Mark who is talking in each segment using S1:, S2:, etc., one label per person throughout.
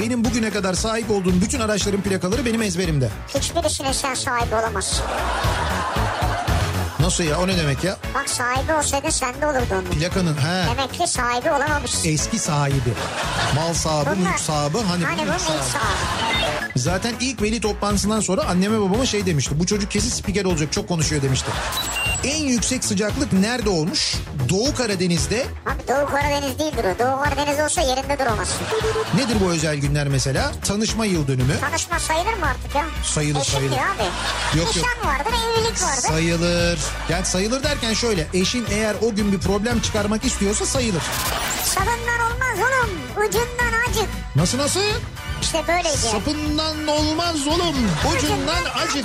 S1: Benim bugüne kadar sahip olduğum bütün araçların plakaları benim ezberimde.
S2: Hiçbirisine sen sahibi olamazsın.
S1: Nasıl ya o ne demek ya?
S2: Bak sahibi olsaydı sende olurdu onun.
S1: Plakanın he
S2: Demek ki sahibi olamamışsın.
S1: eski sahibi. Mal sahibi, mülk sahibi E, hani,
S2: hani
S1: mülk
S2: bu ilk
S1: sahibi.
S2: sahibi.
S1: Zaten ilk veli toplantısından sonra anneme babama şey demişti. Bu çocuk kesin spiker olacak çok konuşuyor demişti. En yüksek sıcaklık nerede olmuş? Doğu Karadeniz'de
S2: Abi Doğu Karadeniz değildir o. Doğu Karadeniz olsa yerinde duramazsın.
S1: nedir bu özel günler mesela? Tanışma yıl dönümü.
S2: Tanışma sayılır mı artık ya?
S1: Sayılır,
S2: Eşim
S1: sayılır.
S2: diyor abi.
S1: Yok,
S2: Nişan
S1: yok.
S2: vardır, evlilik vardır.
S1: Sayılır. Yani sayılır derken şöyle eşin eğer o gün bir problem çıkarmak istiyorsa sayılır.
S2: Sabından olmaz oğlum. Ucundan acık.
S1: Nasıl nasıl?
S2: İşte böyleydi. yani.
S1: Sapından olmaz oğlum. Ucundan acık.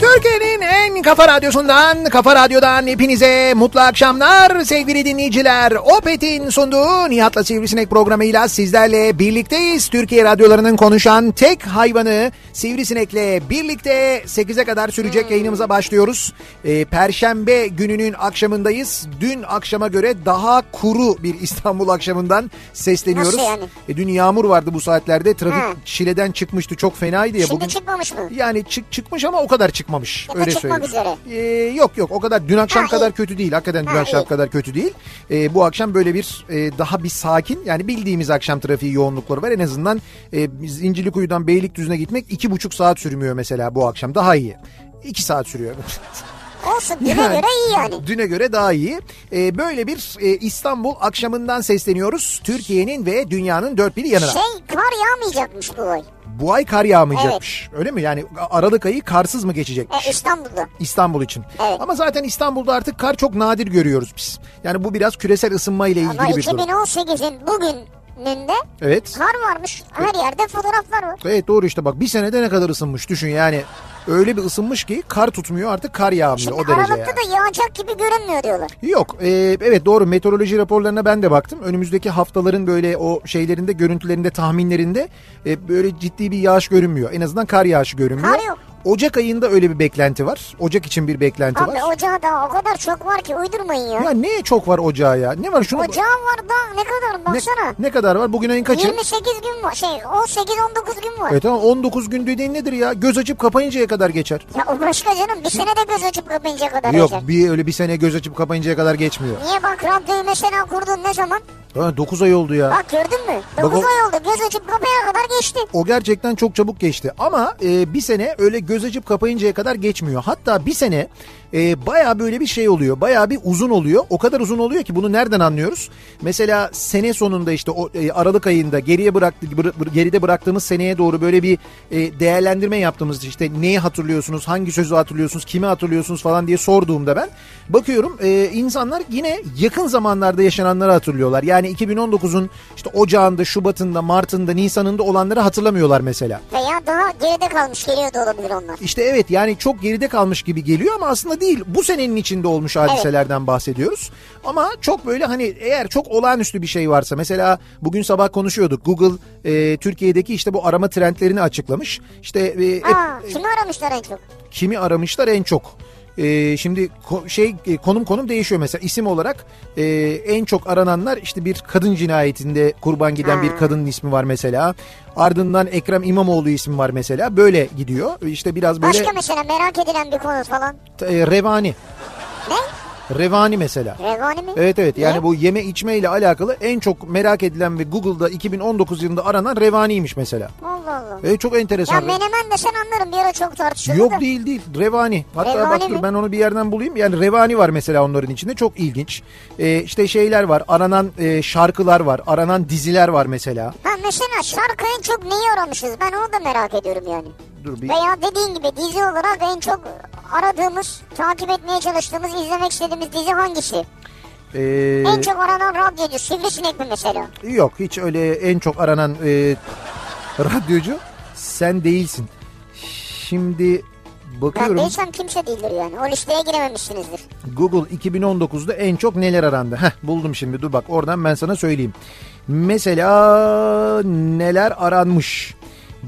S3: Türkiye'nin en kafa radyosundan, kafa radyodan hepinize mutlu akşamlar sevgili dinleyiciler. Opet'in sunduğu Nihat'la Sivrisinek programıyla sizlerle birlikteyiz. Türkiye radyolarının konuşan tek hayvanı Sivrisinek'le birlikte 8'e kadar sürecek yayınımıza başlıyoruz. Ee, Perşembe gününün akşamındayız. Dün akşama göre daha kuru bir İstanbul akşamından sesleniyoruz.
S2: Nasıl yani?
S3: E, dün yağmur vardı bu saatlerde. Trafik
S2: Ha.
S3: çileden çıkmıştı çok fenaydı ya.
S2: Şimdi
S3: bugün...
S2: çıkmamış mı?
S3: Yani çık çıkmış ama o kadar çıkmamış.
S2: Ya da
S3: öyle
S2: çıkmak
S3: söyleyeyim. Ee, yok yok o kadar dün akşam
S2: Ha,
S3: kadar
S2: iyi.
S3: kötü değil. Hakikaten dün
S2: Ha,
S3: akşam
S2: iyi.
S3: kadar kötü değil. Ee, bu akşam böyle bir e, daha bir sakin yani bildiğimiz akşam trafiği yoğunlukları var. En azından e, Zincirlikuyu'dan Beylikdüzü'ne gitmek iki buçuk saat sürmüyor mesela bu akşam. Daha iyi. İki saat sürüyor.
S2: Olsun güne göre iyi yani.
S3: Düne göre daha iyi. Ee, böyle bir e, İstanbul akşamından sesleniyoruz. Türkiye'nin ve dünyanın dört bir yanına.
S2: Şey var yağmayacakmış bu oy.
S3: Bu ay kar yağmayacakmış. Öyle mi? Yani Aralık ayı karsız mı geçecekmiş?
S2: E, İstanbul'da.
S3: İstanbul için.
S2: Evet.
S3: Ama zaten İstanbul'da artık kar çok nadir görüyoruz biz. Yani bu biraz küresel ısınma ile
S2: Ama
S3: ilgili bir durum.
S2: 2018'in bugününde
S3: Evet.
S2: kar varmış. Her yerde fotoğraflar var.
S3: Evet doğru işte bak bir senede ne kadar ısınmış düşün yani. Öyle bir ısınmış ki kar tutmuyor artık kar yağmıyor
S2: Şimdi
S3: o derece
S2: Aralık'ta
S3: yani.
S2: da yağacak gibi görünmüyor diyorlar.
S3: Yok e, evet doğru meteoroloji raporlarına ben de baktım. Önümüzdeki haftaların böyle o şeylerinde görüntülerinde tahminlerinde e, böyle ciddi bir yağış görünmüyor. En azından kar yağışı görünmüyor.
S2: Kar yok.
S3: Ocak ayında öyle bir beklenti var. Ocak için bir beklenti
S2: Abi
S3: var.
S2: ocağı da o kadar çok var ki uydurmayın ya.
S3: Ya ne çok var ocağa ya? Ne var şuna?
S2: Ocağı var da ne kadar
S3: ne,
S2: baksana.
S3: ne kadar var? Bugün ayın kaçı?
S2: 28 gün var. Şey 18-19 gün var.
S3: E tamam 19 gün dediğin nedir ya? Göz açıp kapayıncaya kadar geçer.
S2: Ya o başka canım bir sene de göz açıp kapayınca kadar
S3: Yok
S2: geçer.
S3: bir öyle bir sene göz açıp kapayıncaya kadar geçmiyor.
S2: Niye bak radyoyu mesela kurdun ne zaman?
S3: Ha, 9 ay oldu ya.
S2: Bak gördün mü?
S3: Bak
S2: 9
S3: o-
S2: ay oldu göz açıp kapaya kadar geçti.
S3: O gerçekten çok çabuk geçti ama e, bir sene öyle göz açıp kapayıncaya kadar geçmiyor. Hatta bir sene e, baya böyle bir şey oluyor. Baya bir uzun oluyor. O kadar uzun oluyor ki bunu nereden anlıyoruz? Mesela sene sonunda işte o e, Aralık ayında geriye bıraktı, bır- bır- geride bıraktığımız seneye doğru böyle bir e, değerlendirme yaptığımız işte neyi hatırlıyorsunuz, hangi sözü hatırlıyorsunuz, kimi hatırlıyorsunuz falan diye sorduğumda ben bakıyorum e, insanlar yine yakın zamanlarda yaşananları hatırlıyorlar. Yani 2019'un işte ocağında, şubatında, martında, nisanında olanları hatırlamıyorlar mesela.
S2: Veya daha geride kalmış geliyor da olabilir onlar.
S3: İşte evet yani çok geride kalmış gibi geliyor ama aslında değil. Bu senenin içinde olmuş hadiselerden bahsediyoruz. Ama çok böyle hani eğer çok olağanüstü bir şey varsa mesela bugün sabah konuşuyorduk. Google e, Türkiye'deki işte bu arama trendlerini açıklamış. İşte e,
S2: Aa, kimi aramışlar en çok?
S3: kimi aramışlar en çok? Ee, şimdi ko- şey e, konum konum değişiyor mesela isim olarak e, en çok arananlar işte bir kadın cinayetinde kurban giden bir kadının ismi var mesela ardından Ekrem İmamoğlu ismi var mesela böyle gidiyor işte biraz böyle
S2: Başka mesela merak edilen bir konu falan.
S3: e, revani
S2: Ne?
S3: Revani mesela.
S2: Revani mi?
S3: Evet evet yani
S2: Ne?
S3: bu yeme içme ile alakalı en çok merak edilen ve Google'da 2019 yılında aranan revaniymiş mesela.
S2: Allah Allah.
S3: E, çok
S2: Ya
S3: enteresan.
S2: menemen desen anlarım bir ara çok tartışıldı
S3: Yok
S2: da.
S3: değil değil revani. Hatta
S2: Revani
S3: bak dur
S2: mi?
S3: ben onu bir yerden bulayım. Yani revani var mesela onların içinde çok ilginç. E, işte şeyler var aranan e, şarkılar var aranan diziler var mesela.
S2: Ha mesela şarkı en çok neyi aramışız ben onu da merak ediyorum yani.
S3: Dur bir
S2: Veya dediğin gibi dizi olarak en çok aradığımız, takip etmeye çalıştığımız, izlemek istediğimiz dizi hangisi?
S3: e,
S2: En çok aranan radyocu Sivrisinek mi mesela?
S3: yok hiç öyle en çok aranan e, radyocu sen değilsin. Şimdi
S2: Ben
S3: bakıyorum.
S2: değilsem kimse değildir yani. O listeye girememişsinizdir.
S3: Google 2019'da en çok neler arandı? Heh, buldum şimdi dur bak oradan ben sana söyleyeyim. Mesela neler aranmış?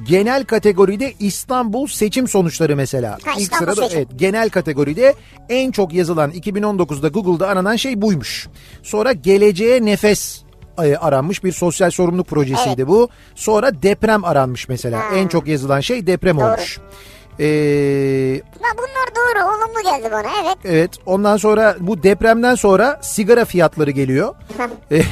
S3: Genel kategoride İstanbul seçim sonuçları mesela. İlk
S2: İstanbul
S3: sırada
S2: seçim.
S3: evet genel kategoride en çok yazılan 2019'da Google'da aranan şey buymuş. Sonra geleceğe nefes e, aranmış bir sosyal sorumluluk projesiydi bu. Sonra deprem aranmış mesela.
S2: Ha.
S3: En çok yazılan şey deprem
S2: Doğru.
S3: olmuş. Ee,
S2: Ya bunlar doğru, olumlu geldi bana evet.
S3: Evet ondan sonra bu depremden sonra sigara fiyatları geliyor. Eh,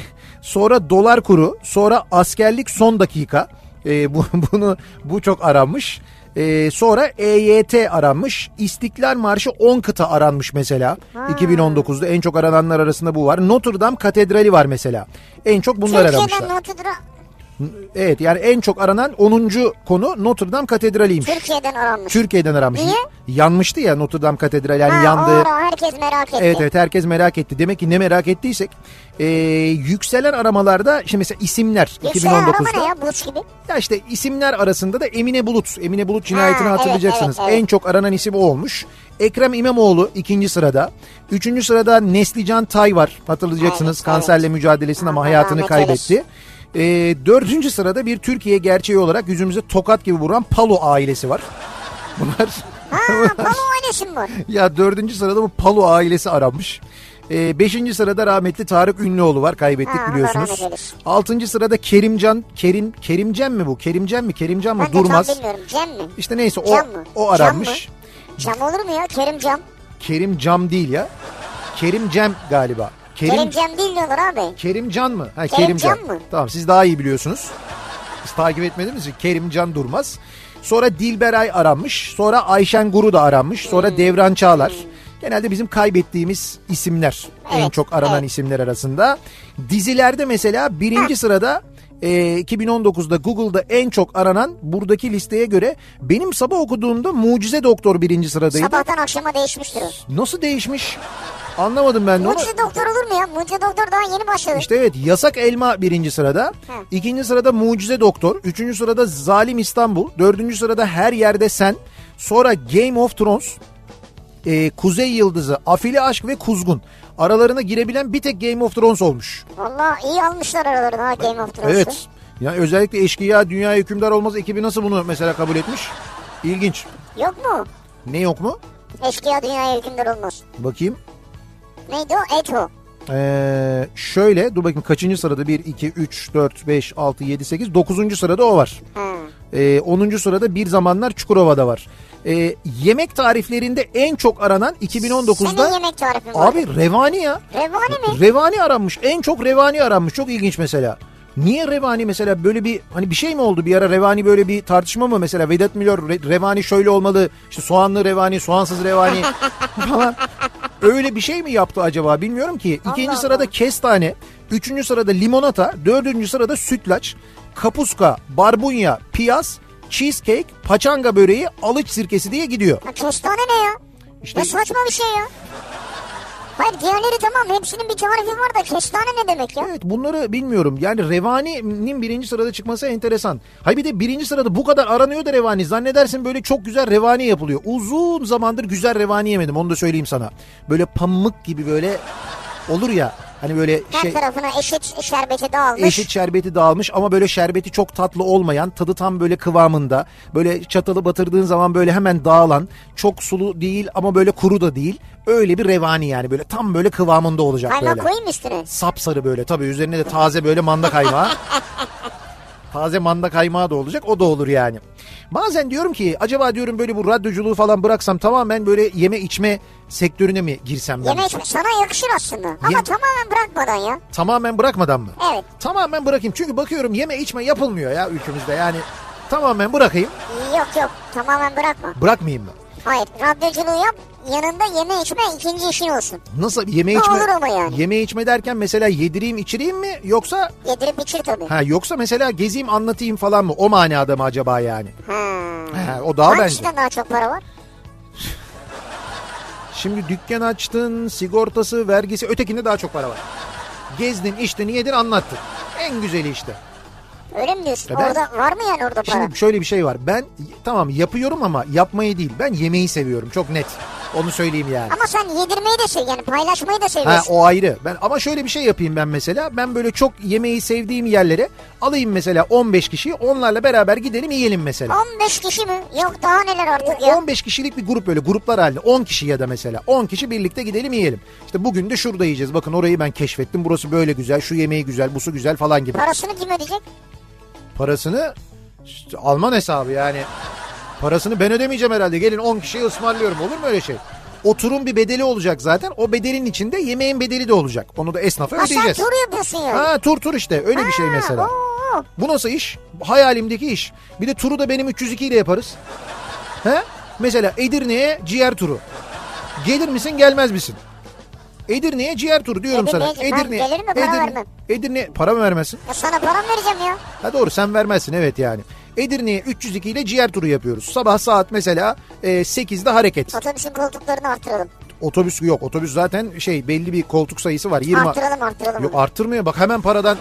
S3: sonra dolar kuru sonra askerlik son dakika. Eh, bu, bunu bu çok aranmış. Eh, sonra EYT aranmış. İstiklal Marşı 10 kıta aranmış mesela. 2019'da en çok arananlar arasında bu var. Notre Dame Katedrali var mesela. En çok bunlar
S2: Türkiye'den
S3: aramışlar.
S2: Notre Dame,
S3: Evet yani en çok aranan 10. konu Notre Dame Katedrali'ymiş.
S2: Türkiye'den aranmış.
S3: Türkiye'den aranmış.
S2: Niye?
S3: Yanmıştı ya Notre Dame Katedrali yani
S2: ha,
S3: yandı.
S2: o ara herkes merak etti.
S3: Evet evet herkes merak etti. Demek ki ne merak ettiysek. Ee, yükselen aramalarda şimdi mesela isimler
S2: Yükselen
S3: 2019'da.
S2: araba ne
S3: Ya?
S2: ya buz gibi?
S3: işte isimler arasında da Emine Bulut. Emine Bulut cinayetini
S2: Ha, evet,
S3: hatırlayacaksınız.
S2: evet, evet.
S3: En çok aranan isim o olmuş. Ekrem İmamoğlu ikinci sırada. Üçüncü sırada Neslican Tay var. Hatırlayacaksınız
S2: Evet,
S3: kanserle mücadelesinde ama
S2: Allah
S3: hayatını
S2: rahmet
S3: kaybetti. Ee, dördüncü sırada bir Türkiye gerçeği olarak yüzümüze tokat gibi vuran Palo ailesi var. Bunlar
S2: Ha, Palo ailesi mi var?
S3: ya dördüncü sırada bu Palu ailesi aranmış. Ee, beşinci sırada rahmetli Tarık Ünlüoğlu var kaybettik
S2: Ha, Allah
S3: biliyorsunuz.
S2: rahmet eylesin.
S3: Altıncı sırada Kerimcan, Kerim, Kerimcen mi bu? Kerimcen mi? Kerimcan mı?
S2: Ben de
S3: Durmaz.
S2: tam bilmiyorum. Cem mi?
S3: İşte neyse o,
S2: Cam mı?
S3: o
S2: Cam
S3: aranmış.
S2: Cam olur mu ya? Kerim Cam.
S3: Kerim Cam değil ya. Kerimcem galiba. Kerim,
S2: Kerim Cem değil diyorlar abi.
S3: Kerimcan mı? Ha,
S2: Kerimcan
S3: Kerimcan.
S2: mı?
S3: Tamam siz daha iyi biliyorsunuz. Biz takip etmediniz mi? Kerimcan Durmaz. Sonra Dilberay aranmış. Sonra Ayşen Guru da aranmış. Sonra
S2: Hmm.
S3: Devran Çağlar. Genelde bizim kaybettiğimiz isimler en
S2: Evet,
S3: çok aranan
S2: evet.
S3: isimler arasında. Dizilerde mesela birinci sırada e, 2019'da Google'da en çok aranan buradaki listeye göre benim sabah okuduğumda Mucize Doktor birinci sıradaydı.
S2: Sabahtan akşama değişmiştir o.
S3: Nasıl değişmiş? Anlamadım ben de onu.
S2: Mucize doktor olur mu ya? Mucize doktor daha yeni başladı.
S3: İşte evet yasak elma birinci sırada. ikinci sırada mucize doktor. Üçüncü sırada zalim İstanbul. Dördüncü sırada her yerde sen. Sonra Game of Thrones. e, Kuzey Yıldızı, Afili Aşk ve Kuzgun. Aralarına girebilen bir tek Game of Thrones olmuş.
S2: Valla iyi almışlar aralarını ha Game of Thrones'u.
S3: Evet. Ya özellikle eşkıya dünya hükümdar olmaz ekibi nasıl bunu mesela kabul etmiş? İlginç.
S2: Yok mu?
S3: Ne yok mu?
S2: Eşkıya dünyaya hükümdar olmaz.
S3: Bakayım.
S2: Neydi o? Eto.
S3: Ee, şöyle dur bakayım kaçıncı sırada 1, 2, 3, 4, 5, 6, 7, 8, 9. sırada o var.
S2: Ha.
S3: Ee, 10. sırada bir zamanlar Çukurova'da var. Ee, yemek tariflerinde en çok aranan
S2: Senin
S3: 2019'da
S2: yemek tarifin var.
S3: abi revani ya.
S2: Revani mi?
S3: Revani aranmış. En çok revani aranmış. Çok ilginç mesela. Niye revani mesela böyle bir hani bir şey mi oldu bir ara revani böyle bir tartışma mı mesela Vedat Milor re- revani şöyle olmalı işte soğanlı revani soğansız revani falan öyle bir şey mi yaptı acaba bilmiyorum ki. İkinci
S2: Allah
S3: sırada
S2: Allah.
S3: kestane, üçüncü sırada limonata, dördüncü sırada sütlaç, kapuska, barbunya, piyaz, cheesecake, paçanga böreği, alıç sirkesi diye gidiyor.
S2: Ha, kestane ne ya?
S3: İşte
S2: Ne saçma bir şey ya. Hayır diğerleri tamam hepsinin bir tarifi var da kestane ne demek ya?
S3: Evet bunları bilmiyorum. Yani Revani'nin birinci sırada çıkması enteresan. Hay bir de birinci sırada bu kadar aranıyor da Revani. Zannedersin böyle çok güzel Revani yapılıyor. Uzun zamandır güzel Revani yemedim onu da söyleyeyim sana. Böyle pamuk gibi böyle olur ya. Hani böyle
S2: Her
S3: şey
S2: tarafına eşit şerbeti dağılmış.
S3: eşit şerbeti dağılmış ama böyle şerbeti çok tatlı olmayan tadı tam böyle kıvamında böyle çatalı batırdığın zaman böyle hemen dağılan çok sulu değil ama böyle kuru da değil öyle bir revani yani böyle tam böyle kıvamında olacak
S2: Kaymak
S3: böyle
S2: koyayım üstüne.
S3: sapsarı böyle tabii üzerine de taze böyle manda kaymağı. Taze manda kaymağı da olacak o da olur yani. Bazen diyorum ki acaba diyorum böyle bu radyoculuğu falan bıraksam tamamen böyle yeme içme sektörüne mi girsem ben?
S2: Yeme içme sana yakışır aslında. Ama
S3: Ye-
S2: tamamen bırakmadan ya.
S3: Tamamen bırakmadan mı?
S2: Evet.
S3: Tamamen bırakayım çünkü bakıyorum yeme içme yapılmıyor ya ülkemizde yani tamamen bırakayım
S2: Yok yok tamamen bırakma.
S3: bırakmayayım mı?
S2: Hayır radyoculuğu yap yanında yeme içme ikinci işin olsun.
S3: Nasıl yeme içme?
S2: Olur ama yani.
S3: Yeme içme derken mesela yedireyim içireyim mi yoksa
S2: Yedirip içir tabii.
S3: ha yoksa mesela gezeyim anlatayım falan mı? O manada mı acaba yani?
S2: Ha.
S3: Ha, o daha bence.
S2: Hangisinden daha çok para var?
S3: Şimdi dükkan açtın, sigortası, vergisi, ötekinde daha çok para var. Gezdin, içtin, yedin, anlattın. En güzeli işte.
S2: Öyle mi diyorsun?
S3: Ya E ben-
S2: Orada var mı yani orada para?
S3: Şimdi şöyle bir şey var. Ben tamam yapıyorum ama yapmayı değil. Ben yemeği seviyorum. Çok net. Onu söyleyeyim yani.
S2: Ama sen yedirmeyi de sev yani paylaşmayı da
S3: Ha
S2: seviyorsun.
S3: o ayrı. Ben ama şöyle bir şey yapayım ben mesela. Ben böyle çok yemeği sevdiğim yerlere alayım mesela 15 kişiyi. Onlarla beraber gidelim yiyelim mesela.
S2: 15 kişi mi? Yok daha neler artık ya.
S3: 15 kişilik bir grup böyle gruplar halinde 10 kişi ya da mesela 10 kişi birlikte gidelim yiyelim. İşte bugün de şurada yiyeceğiz. Bakın orayı ben keşfettim. Burası böyle güzel. Şu yemeği güzel. Busu güzel falan gibi.
S2: Parasını kim ödeyecek?
S3: Parasını işte Alman hesabı yani. Parasını ben ödemeyeceğim herhalde. Gelin 10 kişiyi ısmarlıyorum. Olur mu öyle şey? Oturun bir bedeli olacak zaten. O bedelin içinde yemeğin bedeli de olacak. Onu da esnafa
S2: Ha sen
S3: ödeyeceğiz.
S2: tur yapıyorsun yani.
S3: Ha tur tur işte öyle bir şey
S2: Ha,
S3: mesela.
S2: oo.
S3: Bu nasıl iş? Hayalimdeki iş. Bir de turu da benim 302 ile yaparız. He? Mesela Edirne'ye ciğer turu. Gelir misin gelmez misin? Edirne'ye ciğer turu diyorum sana.
S2: Edirne'ye- ben gelirim de para vermem.
S3: Edirne para mı vermezsin?
S2: Ya sana para mı vereceğim ya?
S3: Ha doğru sen vermezsin evet yani. Edirne'ye 302 ile ciğer turu yapıyoruz. Sabah saat mesela e, 8'de hareket.
S2: Otobüsün koltuklarını artıralım.
S3: Otobüs yok. Otobüs zaten şey belli bir koltuk sayısı var. 20
S2: Artıralım artıralım.
S3: Yok arttırmaya bak hemen paradan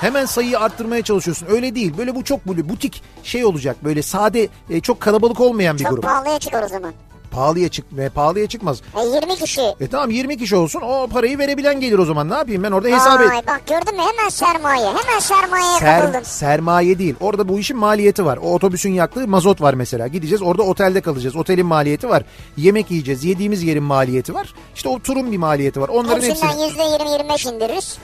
S3: hemen sayıyı arttırmaya çalışıyorsun. Öyle değil. Böyle bu çok böyle butik şey olacak. Böyle sade e, çok kalabalık olmayan bir
S2: Çok
S3: grup.
S2: pahalıya çıkar o zaman.
S3: Pahalıya çık ve pahalıya çıkmaz.
S2: E, 20 kişi.
S3: E tamam 20 kişi olsun. O parayı verebilen gelir o zaman. Ne yapayım ben orada hesap
S2: Vay
S3: et.
S2: bak gördün mü hemen sermaye. Hemen sermayeye
S3: Ser,
S2: kapıldın.
S3: sermaye değil. Orada bu işin maliyeti var. O otobüsün yaktığı mazot var mesela. Gideceğiz orada otelde kalacağız. Otelin maliyeti var. Yemek yiyeceğiz. Yediğimiz yerin maliyeti var. İşte o turun bir maliyeti var. Onların hepsini.
S2: Hepsinden %20-25 indiririz.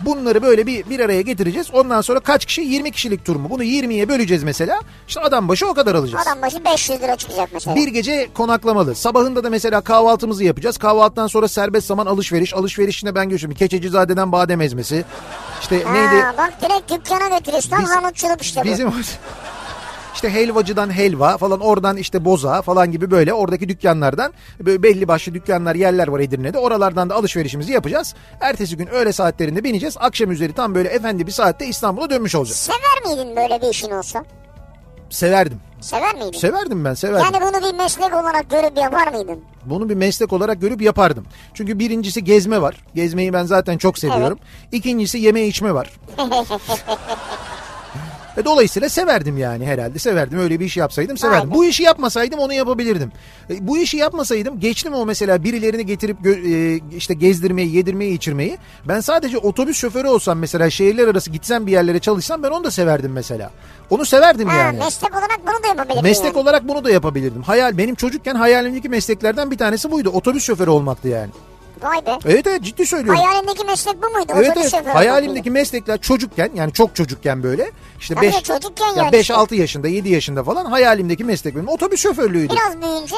S3: Bunları böyle bir, bir araya getireceğiz. Ondan sonra kaç kişi? 20 kişilik tur mu? Bunu 20'ye böleceğiz mesela. İşte adam başı o kadar alacağız.
S2: Adam başı 500 lira çıkacak mesela.
S3: Bir gece konaklamalı. Sabahında da mesela kahvaltımızı yapacağız. Kahvaltıdan sonra serbest zaman alışveriş. Alışverişine ben göçüm. Keçecizade'den badem ezmesi. İşte
S2: Ha,
S3: neydi?
S2: Bak direkt dükkana götürüyorsun. Tam
S3: Biz-
S2: hamutçuluk işte bu.
S3: Bizim işte helvacıdan helva falan oradan işte boza falan gibi böyle oradaki dükkanlardan böyle belli başlı dükkanlar yerler var Edirne'de. Oralardan da alışverişimizi yapacağız. Ertesi gün öğle saatlerinde bineceğiz. Akşam üzeri tam böyle efendi bir saatte İstanbul'a dönmüş olacağız.
S2: Sever miydin böyle bir işin olsa?
S3: Severdim.
S2: Sever miydin?
S3: Severdim ben severdim.
S2: yani bunu bir meslek olarak görüp yapar mıydın?
S3: Bunu bir meslek olarak görüp yapardım. Çünkü birincisi gezme var. Gezmeyi ben zaten çok seviyorum. İkincisi yeme içme var. Ve dolayısıyla severdim yani herhalde severdim. Öyle bir iş yapsaydım severdim.
S2: Aynen.
S3: Bu işi yapmasaydım onu yapabilirdim. E, Bu işi yapmasaydım geçtim o mesela birilerini getirip gö- e, işte gezdirmeyi, yedirmeyi, içirmeyi. Ben sadece otobüs şoförü olsam mesela şehirler arası gitsem bir yerlere çalışsam ben onu da severdim mesela. Onu severdim
S2: Ha,
S3: yani.
S2: meslek olarak bunu da yapabilirdin
S3: Meslek
S2: yani.
S3: olarak bunu da yapabilirdim. Hayal benim çocukken hayalimdeki mesleklerden bir tanesi buydu. Otobüs şoförü olmaktı yani.
S2: Vay be.
S3: Evet evet ciddi söylüyorum.
S2: Hayalindeki meslek bu muydu?
S3: Evet
S2: Otobüs
S3: evet
S2: şoförü
S3: hayalimdeki
S2: olmak
S3: meslekler çocukken yani çok çocukken böyle işte
S2: Tabii
S3: 5
S2: çocukken yani
S3: ya 5
S2: işte.
S3: 6 yaşında 7 yaşında falan hayalimdeki meslek benim otobüs şoförlüğüydü.
S2: muydu? Biraz büyüyünce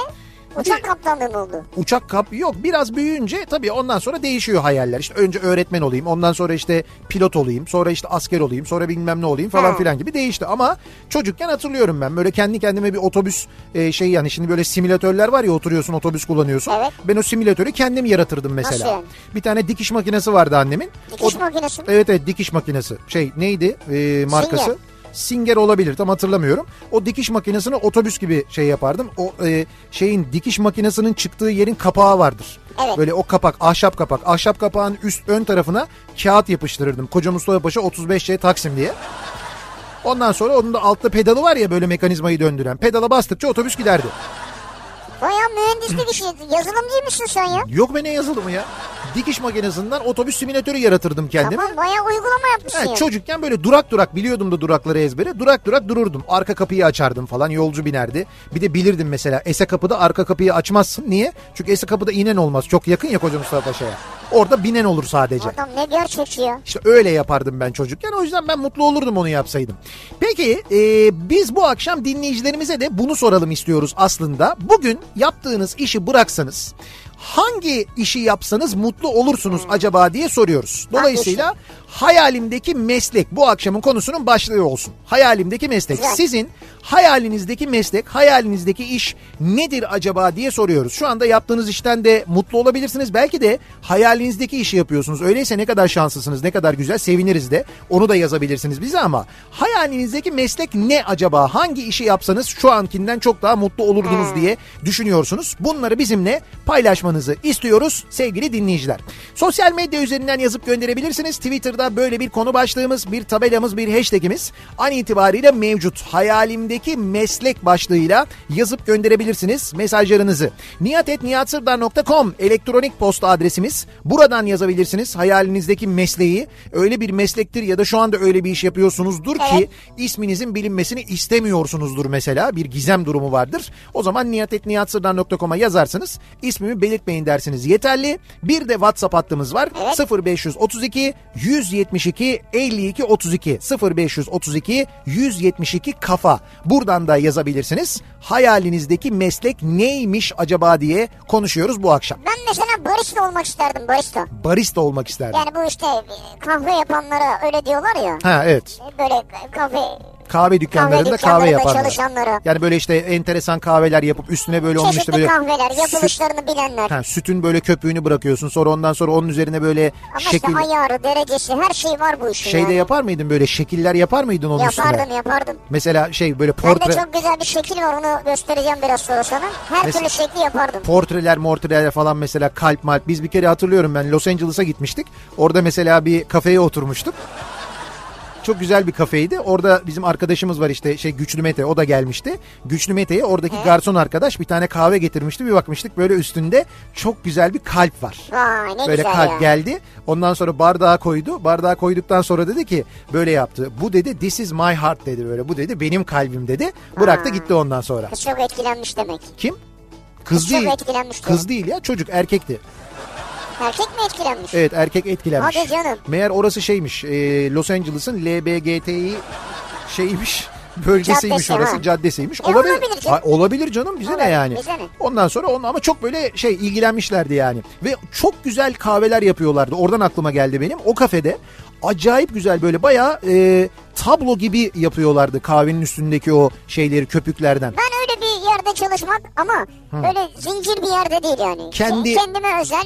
S2: uçak kaptanlığı mı oldu?
S3: Uçak kap yok biraz büyüyünce tabii ondan sonra değişiyor hayaller. İşte önce öğretmen olayım ondan sonra işte pilot olayım sonra işte asker olayım sonra bilmem ne olayım falan
S2: Ha.
S3: filan gibi değişti. Ama çocukken hatırlıyorum ben böyle kendi kendime bir otobüs e, şey yani şimdi böyle simülatörler var ya oturuyorsun otobüs kullanıyorsun.
S2: Evet.
S3: Ben o simülatörü kendim yaratırdım mesela.
S2: Nasıl yani?
S3: Bir tane dikiş makinesi vardı annemin.
S2: Dikiş
S3: O-
S2: makinesi mi?
S3: Evet evet dikiş makinesi. Şey neydi e, markası?
S2: Singer.
S3: Singer. olabilir tam hatırlamıyorum. O dikiş makinesini otobüs gibi şey yapardım. O e, şeyin dikiş makinesinin çıktığı yerin kapağı vardır.
S2: Evet.
S3: Böyle o kapak ahşap kapak. Ahşap kapağın üst ön tarafına kağıt yapıştırırdım. Koca Mustafa Paşa 35C Taksim diye. Ondan sonra onun da altta pedalı var ya böyle mekanizmayı döndüren. Pedala bastıkça otobüs giderdi.
S2: Baya mühendislik işi. Yazılımcıymışsın sen ya.
S3: Yok be ne yazıldı mı ya? Dikiş makinesinden otobüs simülatörü yaratırdım kendime.
S2: Tamam baya uygulama yapmışsın.
S3: Evet,
S2: yani.
S3: çocukken böyle durak durak biliyordum da durakları ezbere. Durak durak dururdum. Arka kapıyı açardım falan yolcu binerdi. Bir de bilirdim mesela Ese kapıda arka kapıyı açmazsın. Niye? Çünkü Ese kapıda inen olmaz. Çok yakın ya Koca Mustafa Paşa'ya. O Orada binen olur sadece.
S2: Adam ne gerçekçi ya.
S3: İşte öyle yapardım ben çocukken. O yüzden ben mutlu olurdum onu yapsaydım. Peki e, biz bu akşam dinleyicilerimize de bunu soralım istiyoruz aslında. Bugün yaptığınız işi bıraksanız hangi işi yapsanız mutlu olursunuz acaba diye soruyoruz. Dolayısıyla hayalimdeki meslek bu akşamın konusunun başlığı olsun. Hayalimdeki meslek.
S2: Güzel.
S3: Sizin hayalinizdeki meslek, hayalinizdeki iş nedir acaba diye soruyoruz. Şu anda yaptığınız işten de mutlu olabilirsiniz. Belki de hayalinizdeki işi yapıyorsunuz. Öyleyse ne kadar şanslısınız, ne kadar güzel seviniriz de. Onu da yazabilirsiniz bize ama hayalinizdeki meslek ne acaba? Hangi işi yapsanız şu ankinden çok daha mutlu olurdunuz diye düşünüyorsunuz. Bunları bizimle paylaşmanızı istiyoruz sevgili dinleyiciler. Sosyal medya üzerinden yazıp gönderebilirsiniz. Twitter'da böyle bir konu başlığımız, bir tabelamız, bir hashtagimiz an itibariyle mevcut. Hayalimdeki meslek başlığıyla yazıp gönderebilirsiniz mesajlarınızı. niyatetniyatsırdar.com elektronik posta adresimiz. Buradan yazabilirsiniz hayalinizdeki mesleği. Öyle bir meslektir ya da şu anda öyle bir iş yapıyorsunuzdur ki
S2: Evet.
S3: isminizin bilinmesini istemiyorsunuzdur mesela. Bir gizem durumu vardır. O zaman niyatetniyatsırdar.com'a yazarsınız. İsmimi belirtmeyin dersiniz yeterli. Bir de WhatsApp hattımız var. 0532 172 52 32 0532 172 kafa. Buradan da yazabilirsiniz. Hayalinizdeki meslek neymiş acaba diye konuşuyoruz bu akşam.
S2: Ben mesela barista olmak isterdim barista.
S3: Barista olmak isterdim.
S2: Yani bu işte e, kahve yapanlara öyle diyorlar ya.
S3: Ha evet.
S2: E, Böyle k- kahve
S3: Kahve dükkanlarında kahve yaparlar.
S2: çalışanlara.
S3: Yani böyle işte enteresan kahveler yapıp üstüne böyle onun işte
S2: Çeşitli
S3: böyle
S2: kahveler,
S3: süt-
S2: yapılışlarını bilenler.
S3: Ha, sütün böyle köpüğünü bırakıyorsun sonra ondan sonra onun üzerine böyle
S2: Ama
S3: şekil
S2: işte ayarı, derecesi her şey var bu işin.
S3: şeyde
S2: yani.
S3: yapar mıydın böyle şekiller yapar mıydın onun üstüne?
S2: Yapardım yapardım.
S3: Mesela şey böyle
S2: Bende
S3: portre
S2: çok güzel bir şekil var onu göstereceğim biraz sonra sana. Her
S3: Mes-
S2: türlü şekli yapardım.
S3: portreler mortreler falan mesela kalp malp biz bir kere hatırlıyorum ben Los Angeles'a gitmiştik orada mesela bir kafeye oturmuştuk çok güzel bir kafeydi. Orada bizim arkadaşımız var işte şey Güçlü Mete o da gelmişti. Güçlü Mete'ye oradaki garson arkadaş bir tane kahve getirmişti. Bir bakmıştık böyle üstünde çok güzel bir kalp var.
S2: Vay ne
S3: böyle
S2: güzel
S3: kalp
S2: ya.
S3: geldi. Ondan sonra bardağa koydu. Bardağa koyduktan sonra dedi ki böyle yaptı. Bu dedi this is my heart dedi böyle. Bu dedi benim kalbim dedi. Bıraktı gitti ondan sonra.
S2: Kız çok etkilenmiş demek.
S3: Kim? Kız
S2: Çok
S3: değil.
S2: etkilenmiş
S3: Kız değil ya çocuk erkekti.
S2: Erkek mi etkilenmiş?
S3: Evet erkek etkilenmiş.
S2: Hadi canım.
S3: Meğer orası şeymiş e, Los Angeles'ın LBGT'yi şeymiş bölgesiymiş
S2: Caddesi,
S3: orası
S2: ha.
S3: caddesiymiş.
S2: E, olabilir canım.
S3: Ha, olabilir canım bize ne
S2: Olabilir,
S3: yani.
S2: bize ne?
S3: Ondan sonra onun ama çok böyle şey ilgilenmişlerdi yani. Ve çok güzel kahveler yapıyorlardı oradan aklıma geldi benim o kafede. Acayip güzel böyle bayağı e, tablo gibi yapıyorlardı kahvenin üstündeki o şeyleri köpüklerden.
S2: Ben öyle bir yerde çalışmak ama öyle zincir bir yerde değil yani.
S3: Kendi-
S2: Kendime özel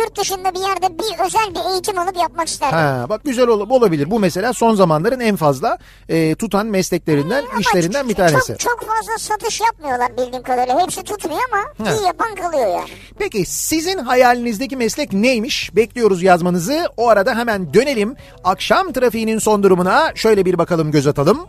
S2: yurt dışında bir yerde bir özel bir eğitim alıp yapmak isterdim.
S3: Ha, bak güzel ol- olabilir. Bu mesela son zamanların en fazla e, tutan mesleklerinden,
S2: Ama
S3: işlerinden bir
S2: çok-
S3: tanesi.
S2: Çok, çok fazla satış yapmıyorlar bildiğim kadarıyla. Hepsi tutmuyor ama
S3: Ha.
S2: iyi yapan kalıyor yani.
S3: Peki sizin hayalinizdeki meslek neymiş? Bekliyoruz yazmanızı. O arada hemen dönelim. Akşam trafiğinin son durumuna şöyle bir bakalım göz atalım.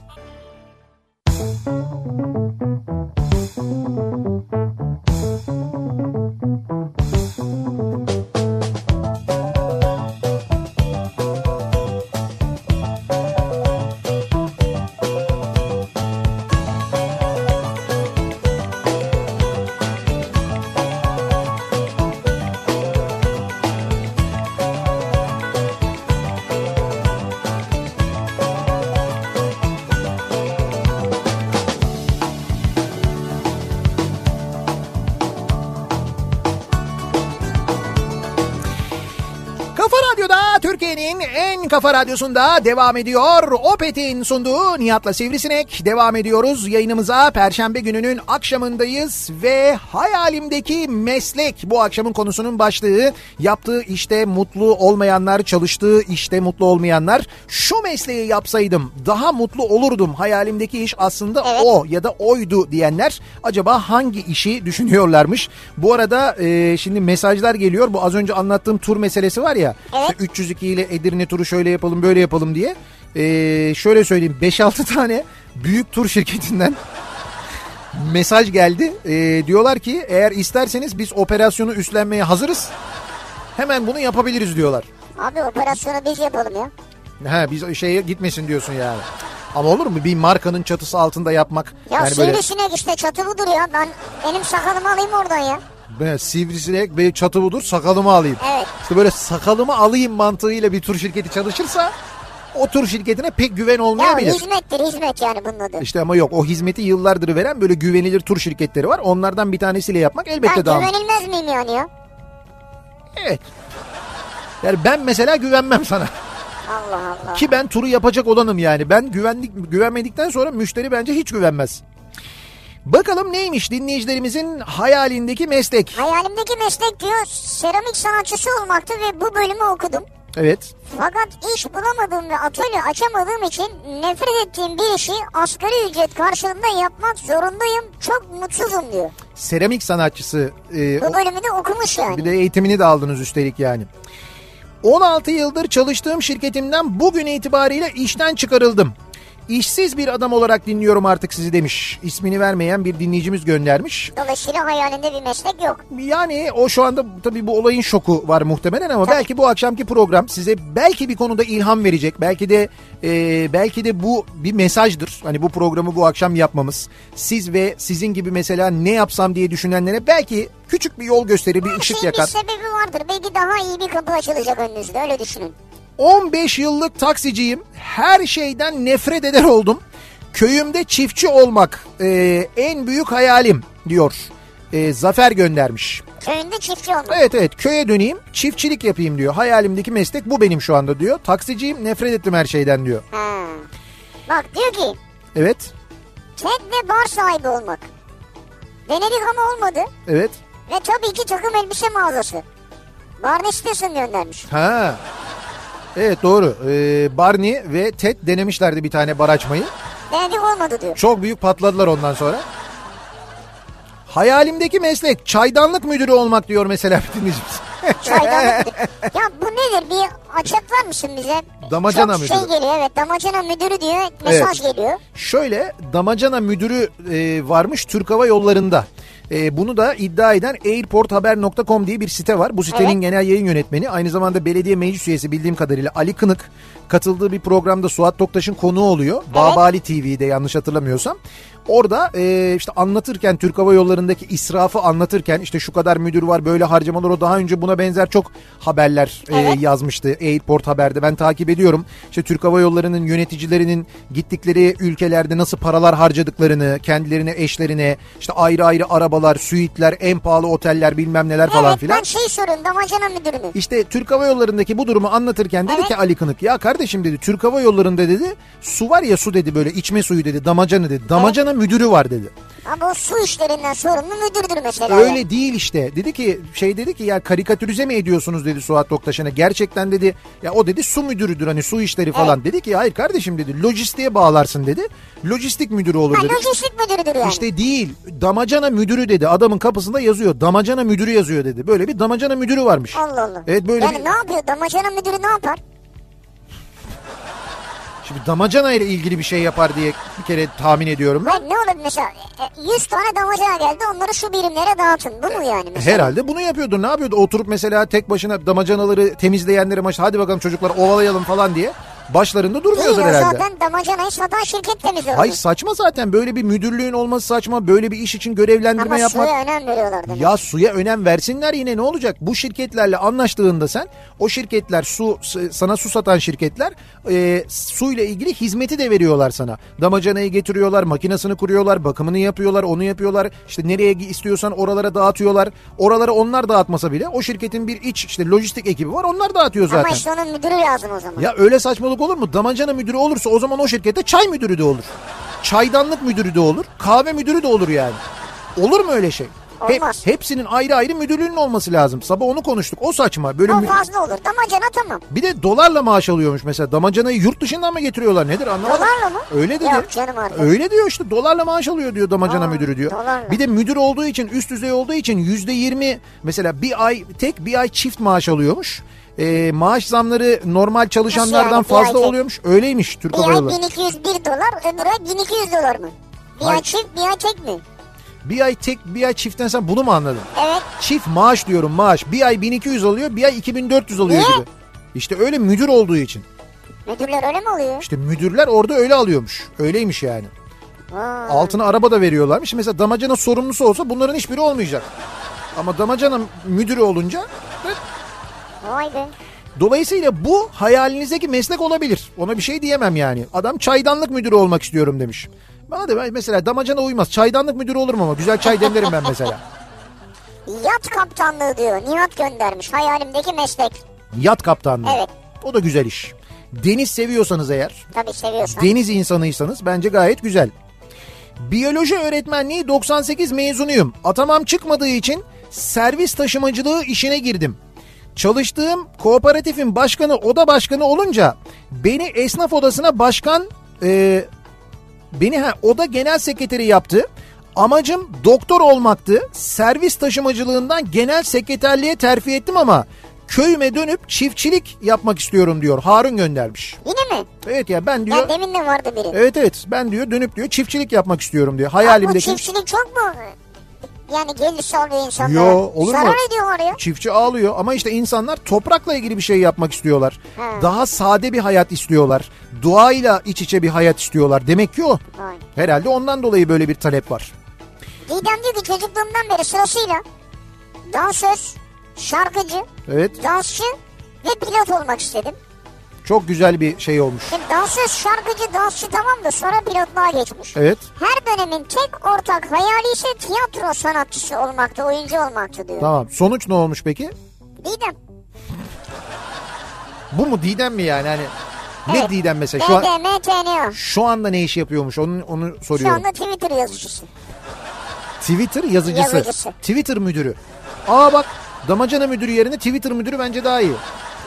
S3: Kafa Radyo'da Türkiye'nin en kafa radyosunda devam ediyor. Opet'in sunduğu Nihat'la Sivrisinek devam ediyoruz. Yayınımıza Perşembe gününün akşamındayız ve hayalimdeki meslek bu akşamın konusunun başlığı. Yaptığı işte mutlu olmayanlar, çalıştığı işte mutlu olmayanlar. Şu mesleği yapsaydım daha mutlu olurdum. Hayalimdeki iş aslında
S2: Evet.
S3: o ya da oydu diyenler acaba hangi işi düşünüyorlarmış? Bu arada e, şimdi mesajlar geliyor. Bu az önce anlattığım tur meselesi var ya.
S2: Evet.
S3: işte 302 ile Edirne turu şöyle yapalım böyle yapalım diye. E, şöyle söyleyeyim 5-6 tane büyük tur şirketinden mesaj geldi. E, diyorlar ki eğer isterseniz biz operasyonu üstlenmeye hazırız. Hemen bunu yapabiliriz diyorlar.
S2: Abi operasyonu biz yapalım ya.
S3: He biz şeye gitmesin diyorsun yani. Ama olur mu bir markanın çatısı altında yapmak?
S2: Ya
S3: yani
S2: sivrisinek işte çatı budur ya. Ben, benim sakalımı alayım oradan ya.
S3: Ben sivrisinek, benim çatı budur sakalımı alayım.
S2: Evet.
S3: İşte böyle sakalımı alayım mantığıyla bir tur şirketi çalışırsa o tur şirketine pek güven
S2: Ya
S3: olmayabilir.
S2: hizmettir hizmet yani bunun adı.
S3: İşte ama yok o hizmeti yıllardır veren böyle güvenilir tur şirketleri var. Onlardan bir tanesiyle yapmak
S2: ben
S3: elbette daha
S2: güvenilmez miyim yani ya?
S3: Evet. Yani ben mesela güvenmem sana.
S2: Allah Allah.
S3: Ki ben turu yapacak olanım yani. Ben güvendik güvenmedikten sonra müşteri bence hiç güvenmez. Bakalım neymiş dinleyicilerimizin hayalindeki meslek.
S2: Hayalimdeki meslek diyor seramik sanatçısı olmaktı ve bu bölümü okudum.
S3: Evet.
S2: Fakat iş bulamadığım ve atölye açamadığım için nefret ettiğim bir işi asgari ücret karşılığında yapmak zorundayım. Çok mutsuzum diyor.
S3: Seramik sanatçısı. e,
S2: Bu bölümü de okumuş yani.
S3: Bir de eğitimini de aldınız üstelik yani. 16 yıldır çalıştığım şirketimden bugün itibariyle işten çıkarıldım. İşsiz bir adam olarak dinliyorum artık sizi demiş. İsmini vermeyen bir dinleyicimiz göndermiş.
S2: Dolayısıyla hayalinde bir meslek yok.
S3: Yani o şu anda tabii bu olayın şoku var muhtemelen ama belki bu akşamki program size belki bir konuda ilham verecek. Belki de e, belki de bu bir mesajdır. Hani bu programı bu akşam yapmamız. Siz ve sizin gibi mesela ne yapsam diye düşünenlere belki küçük bir yol gösterir, bir ışık
S2: Şeyin bir
S3: yakar.
S2: sebebi vardır. Belki daha iyi bir kapı açılacak önünüzde öyle düşünün.
S3: 15 yıllık taksiciyim. Her şeyden nefret eder oldum. Köyümde çiftçi olmak e, en büyük hayalim diyor. E, Zafer göndermiş.
S2: Köyünde çiftçi olmak.
S3: Evet evet köye döneyim çiftçilik yapayım diyor. Hayalimdeki meslek bu benim şu anda diyor. Taksiciyim nefret ettim her şeyden diyor.
S2: Ha. Bak diyor ki
S3: Evet
S2: tekne bar sahibi olmak. Denedik ama olmadı.
S3: evet.
S2: Ve tabii ki takım elbise mağazası. Barney Stinson göndermiş.
S3: Ha. Evet doğru. Ee, Barney ve Ted denemişlerdi bir tane bar açmayı.
S2: Denedik olmadı diyor.
S3: Çok büyük patladılar ondan sonra. Hayalimdeki meslek çaydanlık müdürü olmak diyor mesela bir dinleyicimiz.
S2: Çaydanlık. ya bu nedir bir açıklar mısın bize?
S3: Damacana
S2: Çok şey
S3: müdürü. E,
S2: geliyor evet damacana müdürü diyor mesaj geliyor.
S3: Şöyle damacana müdürü e, varmış Türk Hava Yolları'nda. E, bunu da iddia eden airporthaber.com diye bir site var. Bu sitenin
S2: Evet.
S3: genel yayın yönetmeni aynı zamanda belediye meclis üyesi bildiğim kadarıyla Ali Kınık katıldığı bir programda Suat Toktaş'ın konuğu oluyor. Babali TV'de yanlış hatırlamıyorsam. Orada e, işte anlatırken Türk Hava Yolları'ndaki israfı anlatırken işte şu kadar müdür var böyle harcamalar o daha önce buna benzer çok haberler e,
S2: Evet.
S3: yazmıştı Airport Haber'de. Ben takip ediyorum. İşte Türk Hava Yolları'nın yöneticilerinin gittikleri ülkelerde nasıl paralar harcadıklarını, kendilerine, eşlerine, işte ayrı ayrı arabalar, suitler, en pahalı oteller bilmem neler falan
S2: evet
S3: filan.
S2: ben şey soruyorum damacana müdürünü.
S3: İşte Türk Hava Yolları'ndaki bu durumu anlatırken dedi
S2: Evet.
S3: ki Ali Kınık ya kardeşim dedi Türk Hava Yolları'nda dedi su var ya su dedi böyle içme suyu dedi damacana dedi. Damacana müdürü var dedi.
S2: Ama o su işlerinden sorumlu müdürdür mesela. yani.
S3: Öyle değil işte. Dedi ki şey dedi ki ya karikatürize mi ediyorsunuz dedi Suat Toktaş'ına. Gerçekten dedi ya o dedi su müdürüdür hani su işleri falan. Dedi ki hayır kardeşim dedi lojistiğe bağlarsın dedi. Lojistik müdürü olur
S2: Ha,
S3: dedi.
S2: lojistik müdürüdür yani.
S3: İşte değil damacana müdürü dedi adamın kapısında yazıyor damacana müdürü yazıyor dedi. Böyle bir damacana müdürü varmış.
S2: Allah Allah.
S3: Evet böyle
S2: yani
S3: bir-
S2: ne yapıyor damacana müdürü ne yapar?
S3: Şimdi damacana ile ilgili bir şey yapar diye bir kere tahmin ediyorum ben.
S2: Hayır ne olur mesela e, 100 tane damacana geldi onları şu birimlere dağıtın. Bu mu yani mesela?
S3: Herhalde bunu yapıyordu. Ne yapıyordu? Oturup mesela tek başına damacanaları temizleyenlere maç hadi bakalım çocuklar ovalayalım falan diye başlarında
S2: Değil
S3: durmuyordur
S2: o
S3: herhalde.
S2: zaten damacanayı satan şirket temizliyor.
S3: Hayır saçma zaten böyle bir müdürlüğün olması saçma. Böyle bir iş için görevlendirme
S2: Ama
S3: yapmak.
S2: suya önem veriyorlar demek.
S3: Ya suya önem versinler yine ne olacak? Bu şirketlerle anlaştığında sen o şirketler su s- sana su satan şirketler e, suyla ilgili hizmeti de veriyorlar sana. Damacanayı getiriyorlar, makinesini kuruyorlar, bakımını yapıyorlar, onu yapıyorlar. İşte nereye gi- istiyorsan oralara dağıtıyorlar. Oralara onlar dağıtmasa bile o şirketin bir iç işte lojistik ekibi var onlar dağıtıyor zaten.
S2: Ama işte onun müdürü lazım o zaman.
S3: Ya öyle saçmalık olur mu? Damacana müdürü olursa o zaman o şirkette çay müdürü de olur. Çaydanlık müdürü de olur. Kahve müdürü de olur yani. Olur mu öyle şey? Hep-
S2: Olmaz.
S3: hepsinin ayrı ayrı müdürlüğünün olması lazım. Sabah onu konuştuk. O saçma. Böyle
S2: O
S3: mü-
S2: fazla olur. Damacana tamam.
S3: bir de dolarla maaş alıyormuş mesela. Damacanayı yurt dışından mı getiriyorlar? Nedir anlamadım.
S2: Dolarla mı?
S3: Öyle dedi.
S2: Yok canım artık.
S3: Öyle diyor işte. Dolarla maaş alıyor diyor damacana
S2: Aa,
S3: müdürü diyor.
S2: dolarla.
S3: Bir de müdür olduğu için üst düzey olduğu için yüzde yirmi mesela bir ay tek bir ay çift maaş alıyormuş. Ee, maaş zamları normal çalışanlardan
S2: yani? Bir ay
S3: fazla
S2: tek?
S3: oluyormuş. Öyleymiş Türk
S2: Bir
S3: Hava
S2: ay
S3: Yolları.
S2: 1201 dolar öbür ay 1200 dolar mı? Bir ay
S3: Hayır.
S2: çift bir ay tek mi?
S3: Bir ay tek bir ay çiftten sen bunu mu anladın?
S2: Evet.
S3: Çift maaş diyorum maaş. Bir ay 1200 alıyor bir ay 2400 alıyor
S2: Niye?
S3: gibi. İşte öyle müdür olduğu için.
S2: Müdürler öyle mi oluyor?
S3: İşte müdürler orada öyle alıyormuş. Öyleymiş yani.
S2: Vay.
S3: Altına araba da veriyorlarmış. Mesela damacana sorumlusu olsa bunların hiçbiri olmayacak. Ama damacana müdürü olunca
S2: Vay be.
S3: Dolayısıyla bu hayalinizdeki meslek olabilir. Ona bir şey diyemem yani. Adam çaydanlık müdürü olmak istiyorum demiş. Bana da ben- mesela damacana uymaz. Çaydanlık müdürü olurum ama güzel çay demlerim ben mesela.
S2: Yat kaptanlığı diyor. Nihat göndermiş. Hayalimdeki meslek.
S3: Yat kaptanlığı.
S2: Evet.
S3: O da güzel iş. Deniz seviyorsanız eğer,
S2: Tabii seviyorsan.
S3: deniz insanıysanız bence gayet güzel. Biyoloji öğretmenliği 98 mezunuyum. Atamam çıkmadığı için servis taşımacılığı işine girdim. Çalıştığım kooperatifin başkanı oda başkanı olunca beni esnaf odasına başkan e, beni ha, oda genel sekreteri yaptı. Amacım doktor olmaktı. Servis taşımacılığından genel sekreterliğe terfi ettim ama köyüme dönüp çiftçilik yapmak istiyorum diyor. Harun göndermiş.
S2: Yine mi?
S3: Evet ya ben diyor.
S2: Ya demin de vardı biri.
S3: Evet evet ben diyor dönüp diyor çiftçilik yapmak istiyorum diyor.
S2: Hayalimdeki... Bu
S3: Hayalimdeki
S2: çiftçilik çok mu? Yani gelir sağlıyor insanlara.
S3: Yo, olur mu?
S2: Zarar ediyorlar ya.
S3: çiftçi ağlıyor ama işte insanlar toprakla ilgili bir şey yapmak istiyorlar.
S2: Ha.
S3: Daha sade bir hayat istiyorlar. Doğayla iç içe bir hayat istiyorlar. Demek ki o.
S2: Vay.
S3: Herhalde ondan dolayı böyle bir talep var.
S2: Didem diyor ki çocukluğumdan beri sırasıyla dansöz, şarkıcı,
S3: Evet
S2: dansçı ve pilot olmak istedim.
S3: çok güzel bir şey olmuş.
S2: Şimdi dansöz, şarkıcı, dansçı tamam da sonra pilotluğa geçmiş.
S3: Evet.
S2: Her dönemin tek ortak hayali ise tiyatro sanatçısı olmaktı, oyuncu olmaktı diyor.
S3: Tamam. Sonuç ne olmuş peki?
S2: Didem.
S3: Bu mu Didem mi yani? Hani ne
S2: Evet.
S3: Didem mesela E, şu an
S2: DDMTNO.
S3: şu anda ne iş yapıyormuş? Onu onu
S2: Şu
S3: soruyorum.
S2: anda Twitter yazıcısı.
S3: Twitter yazıcısı.
S2: Yazıcısı.
S3: Twitter müdürü. Aa bak damacana müdürü yerine Twitter müdürü bence daha iyi.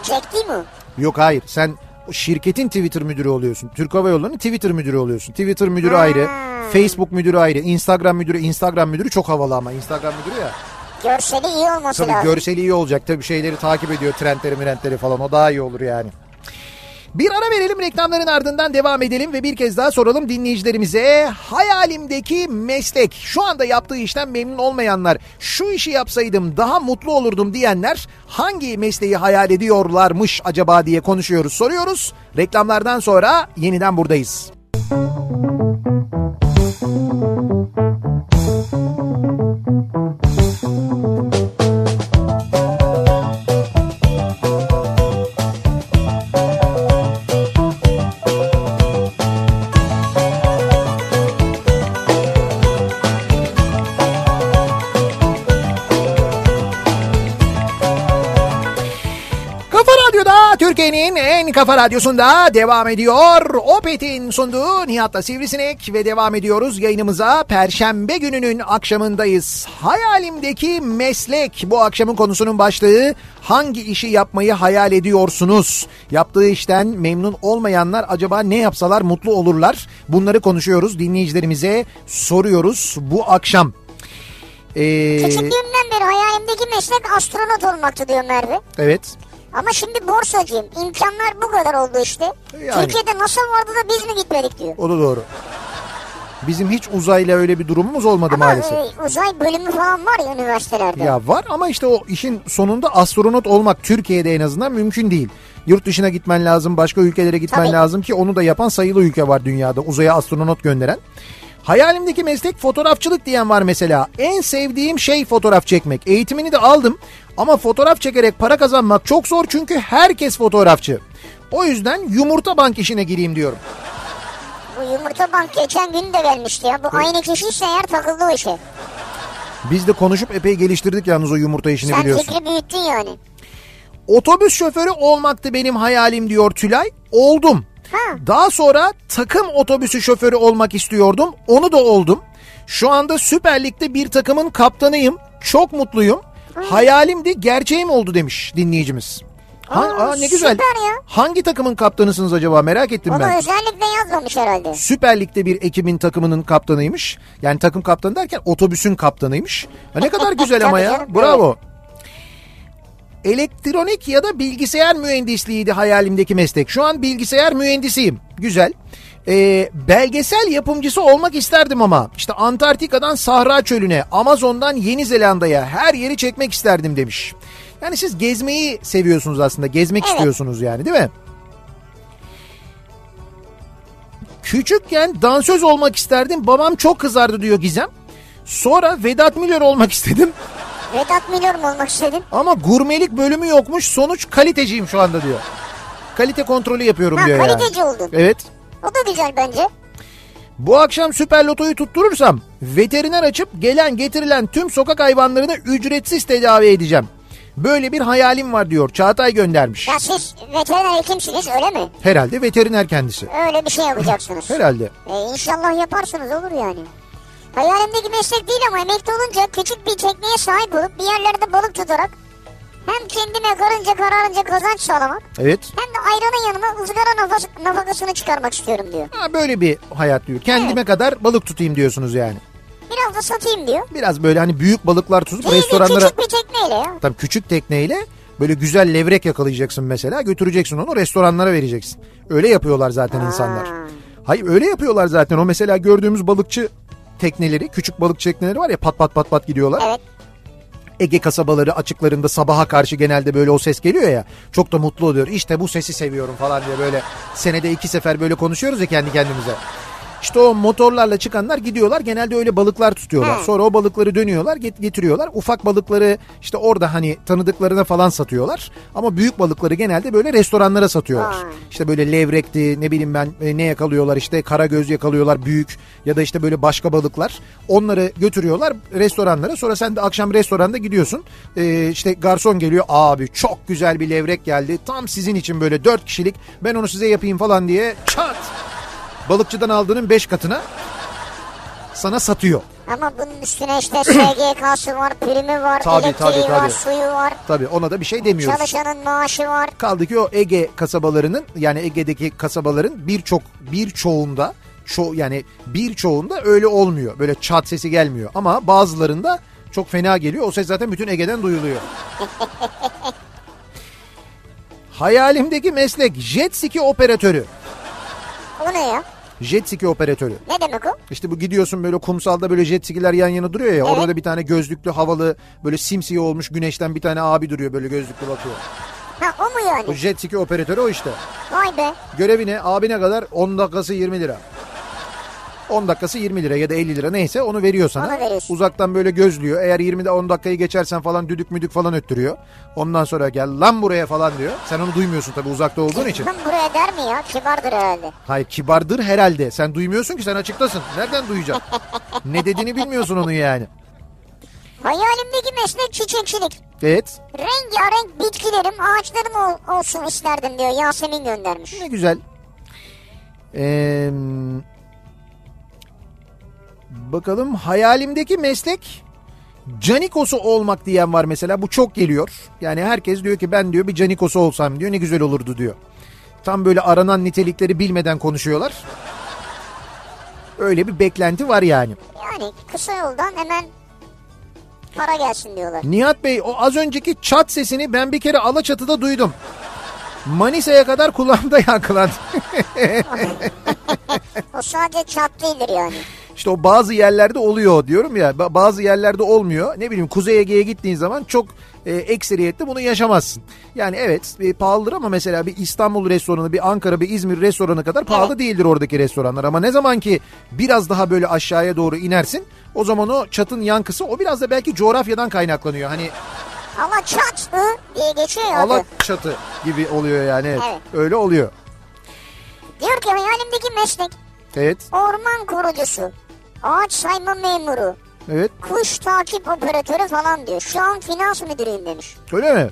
S2: Jack değil mi? o?
S3: Yok hayır sen o şirketin Twitter müdürü oluyorsun. Türk Hava Yolları'nın Twitter müdürü oluyorsun. Twitter müdürü ayrı. Facebook müdürü ayrı. Instagram müdürü. Instagram müdürü çok havalı ama. Instagram müdürü ya.
S2: Görseli iyi olması
S3: Tabii
S2: lazım.
S3: görseli iyi olacak. Tabii şeyleri takip ediyor. Trendleri mirentleri falan. O daha iyi olur yani. Bir ara verelim reklamların ardından devam edelim ve bir kez daha soralım dinleyicilerimize hayalimdeki meslek şu anda yaptığı işten memnun olmayanlar şu işi yapsaydım daha mutlu olurdum diyenler hangi mesleği hayal ediyorlarmış acaba diye konuşuyoruz soruyoruz reklamlardan sonra yeniden buradayız. Kafa Radyo'da Türkiye'nin en kafa radyosunda devam ediyor. Opet'in sunduğu Nihat'la Sivrisinek ve devam ediyoruz yayınımıza. Perşembe gününün akşamındayız. Hayalimdeki meslek bu akşamın konusunun başlığı. Hangi işi yapmayı hayal ediyorsunuz? Yaptığı işten memnun olmayanlar acaba ne yapsalar mutlu olurlar? Bunları konuşuyoruz. Dinleyicilerimize soruyoruz bu akşam. Ee,
S2: Küçüklüğümden beri hayalimdeki meslek astronot olmaktı diyor Merve.
S3: evet.
S2: Ama şimdi borsacıyım. İmkanlar bu kadar oldu işte.
S3: Yani.
S2: Türkiye'de nasıl vardı da biz mi gitmedik diyor.
S3: O da doğru. Bizim hiç uzayla öyle bir durumumuz olmadı
S2: Ama
S3: maalesef.
S2: e, uzay bölümü falan var ya üniversitelerde.
S3: Ya var ama işte o işin sonunda astronot olmak Türkiye'de en azından mümkün değil. Yurt dışına gitmen lazım, başka ülkelere gitmen
S2: Tabii.
S3: lazım ki onu da yapan sayılı ülke var dünyada uzaya astronot gönderen. Hayalimdeki meslek fotoğrafçılık diyen var mesela. En sevdiğim şey fotoğraf çekmek. Eğitimini de aldım ama fotoğraf çekerek para kazanmak çok zor çünkü herkes fotoğrafçı. O yüzden yumurta bank işine gireyim diyorum.
S2: Bu yumurta bank geçen gün de gelmişti ya. Bu aynı kişiyse eğer takıldı o işe.
S3: Biz de konuşup epey geliştirdik yalnız o yumurta işini
S2: Sen
S3: biliyorsun.
S2: fikri büyüttün yani.
S3: Otobüs şoförü olmaktı benim hayalim diyor Tülay. Oldum.
S2: Ha.
S3: Daha sonra takım otobüsü şoförü olmak istiyordum. Onu da oldum. Şu anda Süper Lig'de bir takımın kaptanıyım. Çok mutluyum. Hayalim de gerçeğim oldu demiş dinleyicimiz. Ha,
S2: Aa,
S3: aa, ne güzel.
S2: süper ya.
S3: Hangi takımın kaptanısınız acaba merak ettim
S2: Onu
S3: ben.
S2: özellikle yazmamış herhalde.
S3: Süper Lig'de bir ekibin takımının kaptanıymış. Yani takım kaptanı derken otobüsün kaptanıymış. Ha ne kadar güzel ama
S2: Tabii
S3: ya.
S2: canım,
S3: Bravo. Elektronik ya da bilgisayar mühendisliğiydi hayalimdeki meslek. Şu an bilgisayar mühendisiyim. Güzel. Ee, belgesel yapımcısı olmak isterdim ama işte Antarktika'dan Sahra Çölü'ne, Amazon'dan Yeni Zelanda'ya her yeri çekmek isterdim demiş. Yani siz gezmeyi seviyorsunuz aslında. Gezmek
S2: Evet.
S3: istiyorsunuz yani değil mi? Küçükken dansöz olmak isterdim. Babam çok kızardı diyor Gizem. Sonra Vedat Milor olmak istedim.
S2: Vedat Milor mu olmak istedin?
S3: Ama gurmelik bölümü yokmuş sonuç kaliteciyim şu anda diyor. Kalite kontrolü yapıyorum
S2: Ha,
S3: diyor
S2: kaliteci
S3: yani.
S2: oldun.
S3: Evet.
S2: O da güzel bence.
S3: Bu akşam süper lotoyu tutturursam veteriner açıp gelen getirilen tüm sokak hayvanlarını ücretsiz tedavi edeceğim. Böyle bir hayalim var diyor Çağatay göndermiş.
S2: Ya siz veteriner hekimsiniz öyle mi?
S3: Herhalde veteriner kendisi.
S2: Öyle bir şey yapacaksınız.
S3: Herhalde.
S2: E, inşallah yaparsınız olur yani. Hayalimdeki meslek değil ama emekli olunca küçük bir tekneye sahip olup bir yerlerde balık tutarak hem kendime karınca kararınca kazanç sağlamak
S3: Evet.
S2: hem de ayranın yanına ızgara nafas- nafakasını çıkarmak istiyorum diyor.
S3: Ha, böyle bir hayat diyor. Kendime kadar balık tutayım diyorsunuz yani.
S2: Biraz da satayım diyor.
S3: Biraz böyle hani büyük balıklar tutup
S2: İyi
S3: restoranlara...
S2: küçük bir tekneyle ya.
S3: Tam küçük tekneyle böyle güzel levrek yakalayacaksın mesela götüreceksin onu restoranlara vereceksin. Öyle yapıyorlar zaten insanlar. Hayır öyle yapıyorlar zaten o mesela gördüğümüz balıkçı tekneleri küçük balıkçı tekneleri var ya pat pat pat pat gidiyorlar.
S2: Evet.
S3: Ege kasabaları açıklarında sabaha karşı genelde böyle o ses geliyor ya çok da mutlu oluyor. İşte bu sesi seviyorum falan diye böyle senede iki sefer böyle konuşuyoruz ya kendi kendimize. İşte o motorlarla çıkanlar gidiyorlar genelde öyle balıklar tutuyorlar.
S2: Hı.
S3: Sonra o balıkları dönüyorlar get- getiriyorlar. Ufak balıkları işte orada hani tanıdıklarına falan satıyorlar. Ama büyük balıkları genelde böyle restoranlara satıyorlar.
S2: Vay.
S3: İşte böyle levrekti ne bileyim ben e, ne yakalıyorlar işte karagöz yakalıyorlar büyük ya da işte böyle başka balıklar. Onları götürüyorlar restoranlara sonra sen de akşam restoranda gidiyorsun. Ee, işte garson geliyor abi çok güzel bir levrek geldi tam sizin için böyle dört kişilik ben onu size yapayım falan diye çat balıkçıdan aldığının beş katına sana satıyor.
S2: Ama bunun üstüne işte SGK'sı var, primi var,
S3: Tabii,
S2: elektriği
S3: tabii,
S2: var,
S3: tabii.
S2: suyu var,
S3: Tabii ona da bir şey demiyoruz.
S2: çalışanın maaşı var.
S3: Kaldı ki o Ege kasabalarının yani Ege'deki kasabaların birçok birçoğunda ço yani birçoğunda öyle olmuyor. Böyle çat sesi gelmiyor ama bazılarında çok fena geliyor. O ses zaten bütün Ege'den duyuluyor. Hayalimdeki meslek jet ski operatörü.
S2: O ne ya?
S3: Jet ski operatörü.
S2: Ne demek o?
S3: İşte bu gidiyorsun böyle kumsalda böyle jet skiler yan yana duruyor ya.
S2: Evet.
S3: Orada da bir tane gözlüklü havalı böyle simsiyah olmuş güneşten bir tane abi duruyor böyle gözlüklü bakıyor.
S2: Ha o mu
S3: O
S2: yani?
S3: jet ski operatörü o işte.
S2: Vay be.
S3: Görevine abine kadar 10 dakikası 20 lira. 10 dakikası 20 lira ya da 50 lira neyse onu veriyor sana.
S2: Onu veriyorsun.
S3: Uzaktan böyle gözlüyor. Eğer 20'de 10 dakikayı geçersen falan düdük müdük falan öttürüyor. Ondan sonra gel lan buraya falan diyor. Sen onu duymuyorsun tabii uzakta olduğun için.
S2: Lan buraya der mi ya? Kibardır herhalde.
S3: Hayır kibardır herhalde. Sen duymuyorsun ki sen açıktasın. Nereden duyacaksın? ne dediğini bilmiyorsun onu yani.
S2: Hayalimdeki meslek çiçekçilik.
S3: Evet
S2: Rengarenk bitkilerim, ağaçlarım ol- olsun isterdim diyor Yasemin göndermiş.
S3: ne güzel. Ee, bakalım hayalimdeki meslek canikosu olmak diyen var mesela. Bu çok geliyor. Yani herkes diyor ki ben diyor bir canikosu olsam diyor ne güzel olurdu diyor. Tam böyle aranan nitelikleri bilmeden konuşuyorlar. Öyle bir beklenti var yani.
S2: Yani kısa yoldan hemen para gelsin diyorlar.
S3: Nihat Bey o az önceki çat sesini ben bir kere Alaçatı'da duydum. Manisa'ya kadar kulağımda yankılandı.
S2: O sadece çat değildir yani.
S3: İşte o bazı yerlerde oluyor diyorum ya ba- bazı yerlerde olmuyor. Ne bileyim Kuzey Ege'ye gittiğin zaman çok e, ekseriyette bunu yaşamazsın. Yani evet e, pahalıdır ama mesela bir İstanbul restoranı bir Ankara bir İzmir restoranı kadar pahalı değildir oradaki restoranlar. Ama ne zaman ki biraz daha böyle aşağıya doğru inersin o zaman o çatın yankısı o biraz da belki coğrafyadan kaynaklanıyor. Hani
S2: Ama çat hı diye geçiyor ya adı.
S3: ala çatı gibi oluyor yani evet.
S2: Evet.
S3: öyle oluyor.
S2: Diyor ki hayalimdeki meslek
S3: Evet
S2: orman korucusu, ağaç sayma memuru,
S3: evet
S2: kuş takip operatörü falan diyor. Şu an finans müdürüyüm demiş.
S3: öyle mi?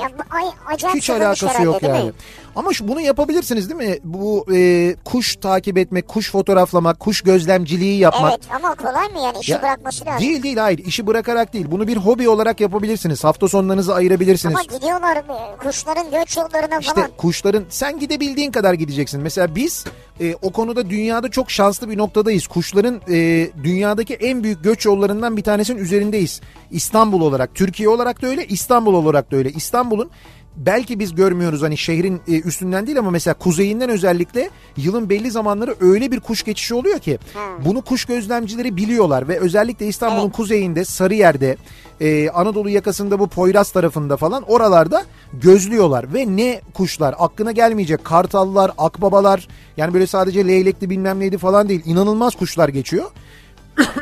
S2: Ya bu ay, acayip
S3: Hiç
S2: sıkılmış
S3: alakası
S2: herhalde,
S3: yok
S2: değil mi?
S3: yani. Ama şu bunu yapabilirsiniz değil mi? Bu e, kuş takip etmek, kuş fotoğraflamak, kuş gözlemciliği yapmak.
S2: Evet ama kolay mı yani işi
S3: Ya,
S2: bırakması lazım.
S3: Değil değil hayır işi bırakarak değil. Bunu bir hobi olarak yapabilirsiniz. Hafta sonlarınızı ayırabilirsiniz.
S2: Ama gidiyorlar e, kuşların göç yollarına
S3: İşte
S2: falan.
S3: kuşların sen gidebildiğin kadar gideceksin. Mesela biz e, o konuda dünyada çok şanslı bir noktadayız. Kuşların e, dünyadaki en büyük göç yollarından bir tanesinin üzerindeyiz. İstanbul olarak, Türkiye olarak da öyle, İstanbul olarak da öyle. İstanbul'un belki biz görmüyoruz hani şehrin e, üstünden değil ama mesela kuzeyinden özellikle yılın belli zamanları öyle bir kuş geçişi oluyor ki bunu kuş gözlemcileri biliyorlar ve özellikle İstanbul'un kuzeyinde Sarıyer'de e, Anadolu yakasında bu Poyraz tarafında falan oralarda gözlüyorlar ve ne kuşlar aklına gelmeyecek kartallar akbabalar yani böyle sadece leylekli bilmem neydi falan değil inanılmaz kuşlar geçiyor.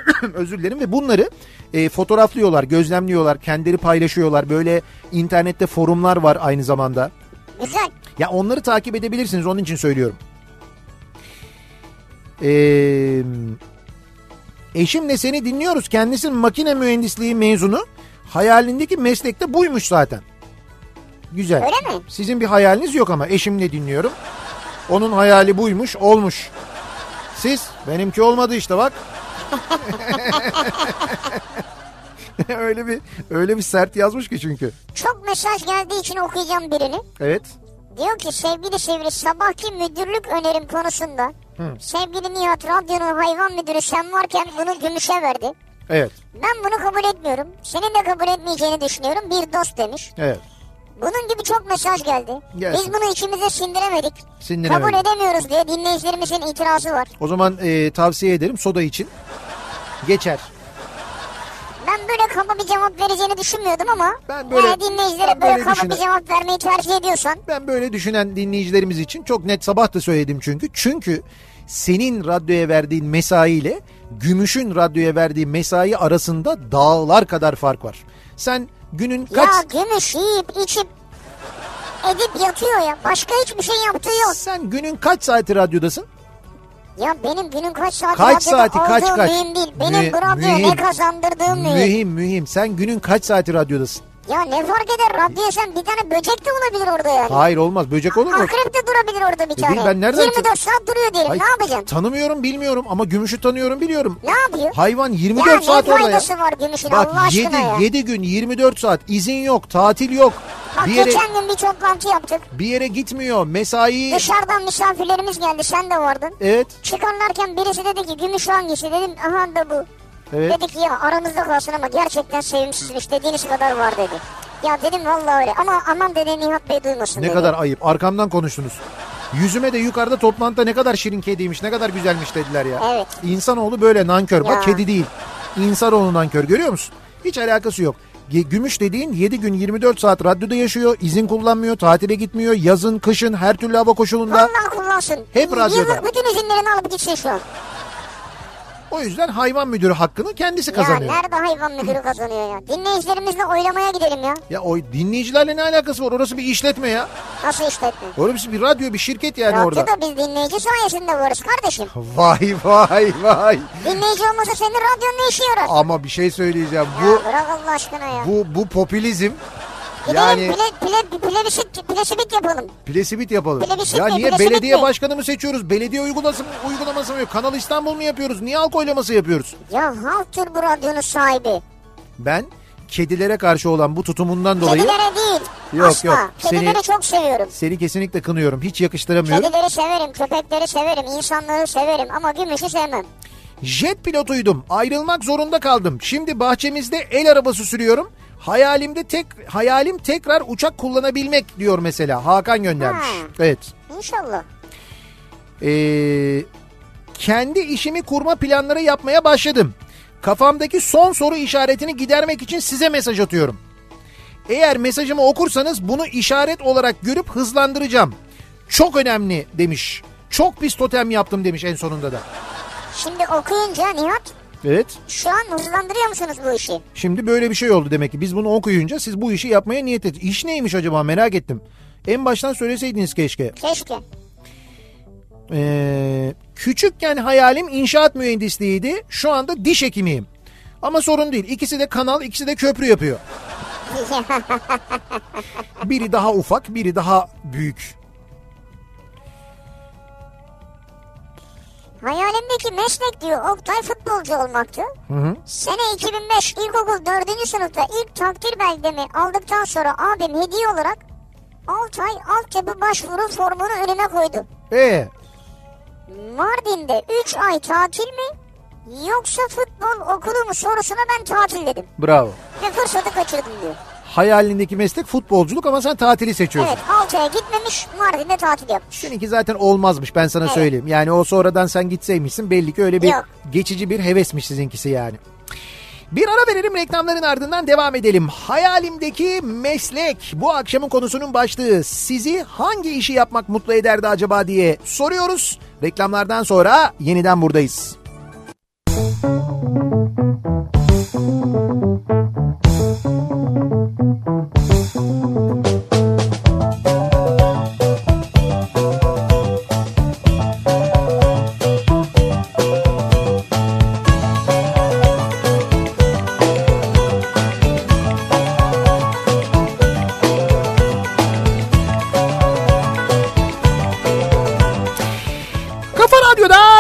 S3: özür dilerim ve bunları e, fotoğraflıyorlar, gözlemliyorlar, kendileri paylaşıyorlar. Böyle internette forumlar var aynı zamanda.
S2: Güzel.
S3: Ya onları takip edebilirsiniz onun için söylüyorum. Ee, eşimle seni dinliyoruz. Kendisi makine mühendisliği mezunu. Hayalindeki meslekte buymuş zaten. Güzel.
S2: Öyle mi?
S3: Sizin bir hayaliniz yok ama eşimle dinliyorum. Onun hayali buymuş, olmuş. Siz benimki olmadı işte bak. öyle bir öyle bir sert yazmış ki çünkü.
S2: Çok mesaj geldiği için okuyacağım birini.
S3: Evet.
S2: Diyor ki sevgili Sivri sabahki müdürlük önerim konusunda sevgili Nihat radyonun hayvan müdürü sen varken bunu gümüşe verdi.
S3: Evet.
S2: Ben bunu kabul etmiyorum. Senin de kabul etmeyeceğini düşünüyorum. Bir dost demiş.
S3: Evet.
S2: Bunun gibi çok mesaj geldi.
S3: Gelsin.
S2: Biz bunu içimize sindiremedik.
S3: Sindiremedik.
S2: Kabul edemiyoruz diye dinleyicilerimizin itirazı var.
S3: O zaman e, tavsiye ederim soda için. Geçer.
S2: Ben böyle kaba bir cevap vereceğini düşünmüyordum ama
S3: Ben böyle-
S2: eğer dinleyicilere
S3: ben
S2: böyle,
S3: böyle
S2: kaba bir
S3: düşünen-
S2: cevap vermeyi tercih ediyorsan
S3: Ben böyle düşünen dinleyicilerimiz için çok net sabah da söyledim çünkü. Çünkü senin radyoya verdiğin mesai ile Gümüş'ün radyoya verdiği mesai arasında dağlar kadar fark var. Sen günün kaç...
S2: ya gümüş yiyip içip edip yatıyor ya. Başka hiçbir şey yaptığı yok.
S3: Sen günün kaç saati radyodasın?
S2: Ya benim günün kaç saati
S3: Kaç
S2: radyoda
S3: saati, kaç,
S2: aldığım
S3: kaç?
S2: mühim değil. Benim
S3: Mühi-
S2: bu radyoya
S3: mühim.
S2: ne kazandırdığım mühim.
S3: Mühim mühim. Sen günün kaç saati radyodasın?
S2: Ya ne fark eder radyoya sen bir tane böcek de olabilir orada yani.
S3: Hayır olmaz. Böcek olur mu?
S2: Akrep de durabilir orada bir
S3: E,
S2: tane.
S3: ben nereden-
S2: 24 saat duruyor diyelim
S3: Hayır,
S2: ne yapacaksın?
S3: Tanımıyorum bilmiyorum ama Gümüş'ü tanıyorum biliyorum.
S2: Ne yapıyor?
S3: Hayvan
S2: Ya
S3: 24
S2: ne
S3: saat orada ya.
S2: faydası var gümüşün Allah
S3: Bak 7,
S2: aşkına ya.
S3: 7 gün 24 saat izin yok, tatil yok.
S2: Bak
S3: Bir yere,
S2: geçen gün bir toplantı yaptık.
S3: bir yere gitmiyor. Mesai
S2: Dışarıdan misafirlerimiz geldi sen de vardın.
S3: Evet,
S2: Çıkarlarken birisi dedi ki gümüş hangisi dedim aha da bu.
S3: evet.
S2: Dedi ki ya aranızda kalsın ama gerçekten sevimsizmiş dediğiniz kadar var dedi. Ya dedim vallahi öyle ama aman dedi Nihat Bey duymasın
S3: Ne
S2: dedi.
S3: kadar ayıp. Arkamdan konuştunuz. Yüzüme de yukarıda toplantıda ne kadar şirin kediymiş, ne kadar güzelmiş dediler ya.
S2: Evet.
S3: İnsanoğlu böyle nankör.
S2: Ya.
S3: Bak kedi değil. İnsanoğlu nankör görüyor musun? Hiç alakası yok. Ge- Gümüş dediğin 7 gün 24 saat radyoda yaşıyor, izin kullanmıyor, tatile gitmiyor, yazın, kışın her türlü hava koşulunda.
S2: Vallahi kullansın.
S3: Hep radyoda.
S2: Yıllık bütün izinlerini alıp gitsin şu an.
S3: O yüzden hayvan müdürü hakkını kendisi
S2: Ya
S3: kazanıyor.
S2: nerede hayvan müdürü kazanıyor ya? Dinleyicilerimizle oylamaya gidelim ya.
S3: Ya o dinleyicilerle ne alakası var? Orası bir işletme ya.
S2: Nasıl işletme?
S3: Orası bir radyo, bir şirket yani
S2: Radyo
S3: orada.
S2: da biz dinleyici sayesinde varız kardeşim.
S3: Vay vay vay.
S2: Dinleyici olmasa senin radyonun ne işe yarar?
S3: Ama bir şey söyleyeceğim. Bu
S2: ya bırak Allah aşkına ya.
S3: bu bu popülizm
S2: Gidelim
S3: yani
S2: pile, pile, plebiscit, plebiscit yapalım.
S3: plesibit yapalım.
S2: Plebiscit
S3: ya
S2: mi,
S3: niye
S2: plesibit
S3: belediye
S2: mi?
S3: başkanı mı seçiyoruz? Belediye uygulaması mı, uygulaması mı yok? Kanal İstanbul mu yapıyoruz? Niye halk oylaması yapıyoruz?
S2: Ya halktır bu radyonun sahibi.
S3: Ben kedilere karşı olan bu tutumundan dolayı
S2: Kedilere değil.
S3: Yok,
S2: asla.
S3: yok.
S2: Kedileri
S3: Seni-
S2: çok seviyorum.
S3: seni kesinlikle kınıyorum. Hiç yakıştıramıyorum.
S2: Kedileri severim, köpekleri severim, insanları severim ama gümüşü sevmem.
S3: Jet pilotuydum. Ayrılmak zorunda kaldım. Şimdi bahçemizde el arabası sürüyorum. Hayalimde tek hayalim tekrar uçak kullanabilmek diyor mesela. Hakan göndermiş.
S2: Ha.
S3: Evet.
S2: İnşallah.
S3: Ee, kendi işimi kurma planları yapmaya başladım. Kafamdaki son soru işaretini gidermek için size mesaj atıyorum. Eğer mesajımı okursanız bunu işaret olarak görüp hızlandıracağım. Çok önemli demiş. Çok pis totem yaptım demiş en sonunda da.
S2: Şimdi okuyunca Nihat
S3: Evet.
S2: şu an hızlandırıyor musunuz bu işi?
S3: Şimdi böyle bir şey oldu demek ki. Biz bunu okuyunca siz bu işi yapmaya niyet ettiniz. İş neymiş acaba merak ettim. En baştan söyleseydiniz keşke.
S2: Keşke.
S3: Ee, küçükken hayalim inşaat mühendisliğiydi. Şu anda diş hekimiyim. Ama sorun değil. İkisi de kanal, ikisi de köprü yapıyor. Biri daha ufak, biri daha büyük.
S2: Hayalimdeki meslek diyor Oktay futbolcu olmaktı. Sene 2005 ilkokul 4. sınıfta ilk takdir belgemi aldıktan sonra abim hediye olarak Altay altyapı başvuru formunu önüme koydu.
S3: Ee,
S2: Mardin'de 3 ay tatil mi yoksa futbol okulu mu sorusuna ben tatil dedim.
S3: bravo.
S2: Ve fırsatı kaçırdım diyor.
S3: Hayalindeki meslek futbolculuk ama sen tatili seçiyorsun.
S2: Evet Altay'a gitmemiş Mardin'de tatil yapmış.
S3: Seninki zaten olmazmış ben sana
S2: Evet.
S3: söyleyeyim. Yani o sonradan sen gitseymişsin belli ki öyle bir
S2: Yok.
S3: geçici bir hevesmiş sizinkisi yani. Bir ara verelim reklamların ardından devam edelim. Hayalimdeki meslek bu akşamın konusunun başlığı. Sizi hangi işi yapmak mutlu ederdi acaba diye soruyoruz. Reklamlardan sonra yeniden buradayız.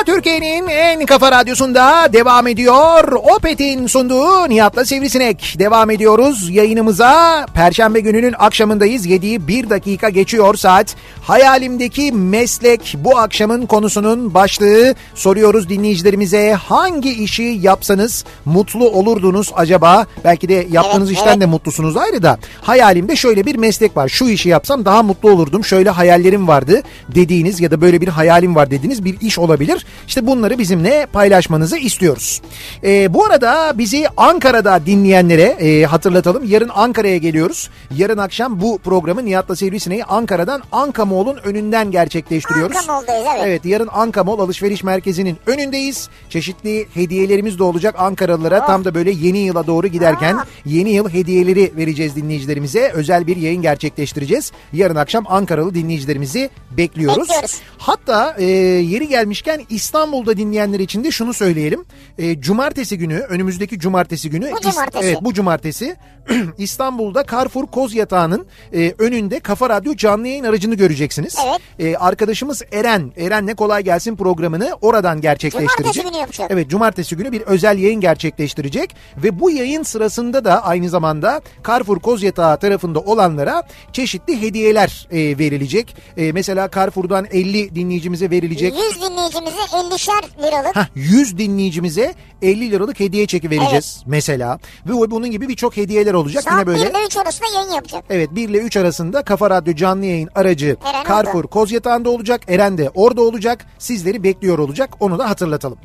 S3: Türkiye'nin en kafa radyosunda devam ediyor. Opet'in sunduğu Nihat'la Sivrisinek. Devam ediyoruz yayınımıza. Perşembe gününün akşamındayız. 7'yi 1 dakika geçiyor saat. Hayalimdeki meslek bu akşamın konusunun başlığı. Soruyoruz dinleyicilerimize hangi işi yapsanız mutlu olurdunuz acaba? Belki de yaptığınız
S2: Evet,
S3: işten de mutlusunuz ayrı da. Hayalimde şöyle bir meslek var. Şu işi yapsam daha mutlu olurdum. Şöyle hayallerim vardı dediğiniz ya da böyle bir hayalim var dediğiniz bir iş olabilir. İşte bunları bizimle paylaşmanızı istiyoruz. Ee, bu arada bizi Ankara'da dinleyenlere e, hatırlatalım. Yarın Ankara'ya geliyoruz. Yarın akşam bu programı Nihat'la Sivrisineği Ankara'dan Ankamol'un önünden gerçekleştiriyoruz.
S2: Ankamol'dayız, evet.
S3: Evet yarın Ankamol Alışveriş Merkezi'nin önündeyiz. Çeşitli hediyelerimiz de olacak Ankaralılara. Tam da böyle yeni yıla doğru giderken
S2: Ah.
S3: yeni yıl hediyeleri vereceğiz dinleyicilerimize. Özel bir yayın gerçekleştireceğiz. Yarın akşam Ankaralı dinleyicilerimizi bekliyoruz.
S2: Bekliyoruz.
S3: Hatta e, yeri gelmişken İstanbul'da dinleyenler için de şunu söyleyelim. E, cumartesi günü önümüzdeki cumartesi günü.
S2: Bu cumartesi.
S3: Evet bu cumartesi İstanbul'da Carrefour Koz Yatağı'nın e, önünde Kafa Radyo canlı yayın aracını göreceksiniz.
S2: Evet.
S3: E, arkadaşımız Eren, Eren'le Kolay Gelsin programını oradan gerçekleştirecek.
S2: Cumartesi günü yapacak.
S3: Evet cumartesi günü bir özel yayın gerçekleştirecek ve bu yayın sırasında da aynı zamanda Carrefour Koz Yatağı tarafında olanlara çeşitli hediyeler e, verilecek. E, mesela Carrefour'dan 50 dinleyicimize verilecek
S2: 100 dinleyicimize 50'şer liralık.
S3: Hah, 100 dinleyicimize 50 liralık hediye çeki vereceğiz mesela. Ve o- bunun gibi birçok hediyeler olacak.
S2: Saat
S3: Yine böyle
S2: 1 ile 3 arasında yayın yapacak.
S3: Evet 1 ile 3 arasında Kafa Radyo canlı yayın aracı
S2: Eren
S3: Carrefour Kozyatağı'nda olacak. Eren de orada olacak. Sizleri bekliyor olacak. Onu da hatırlatalım.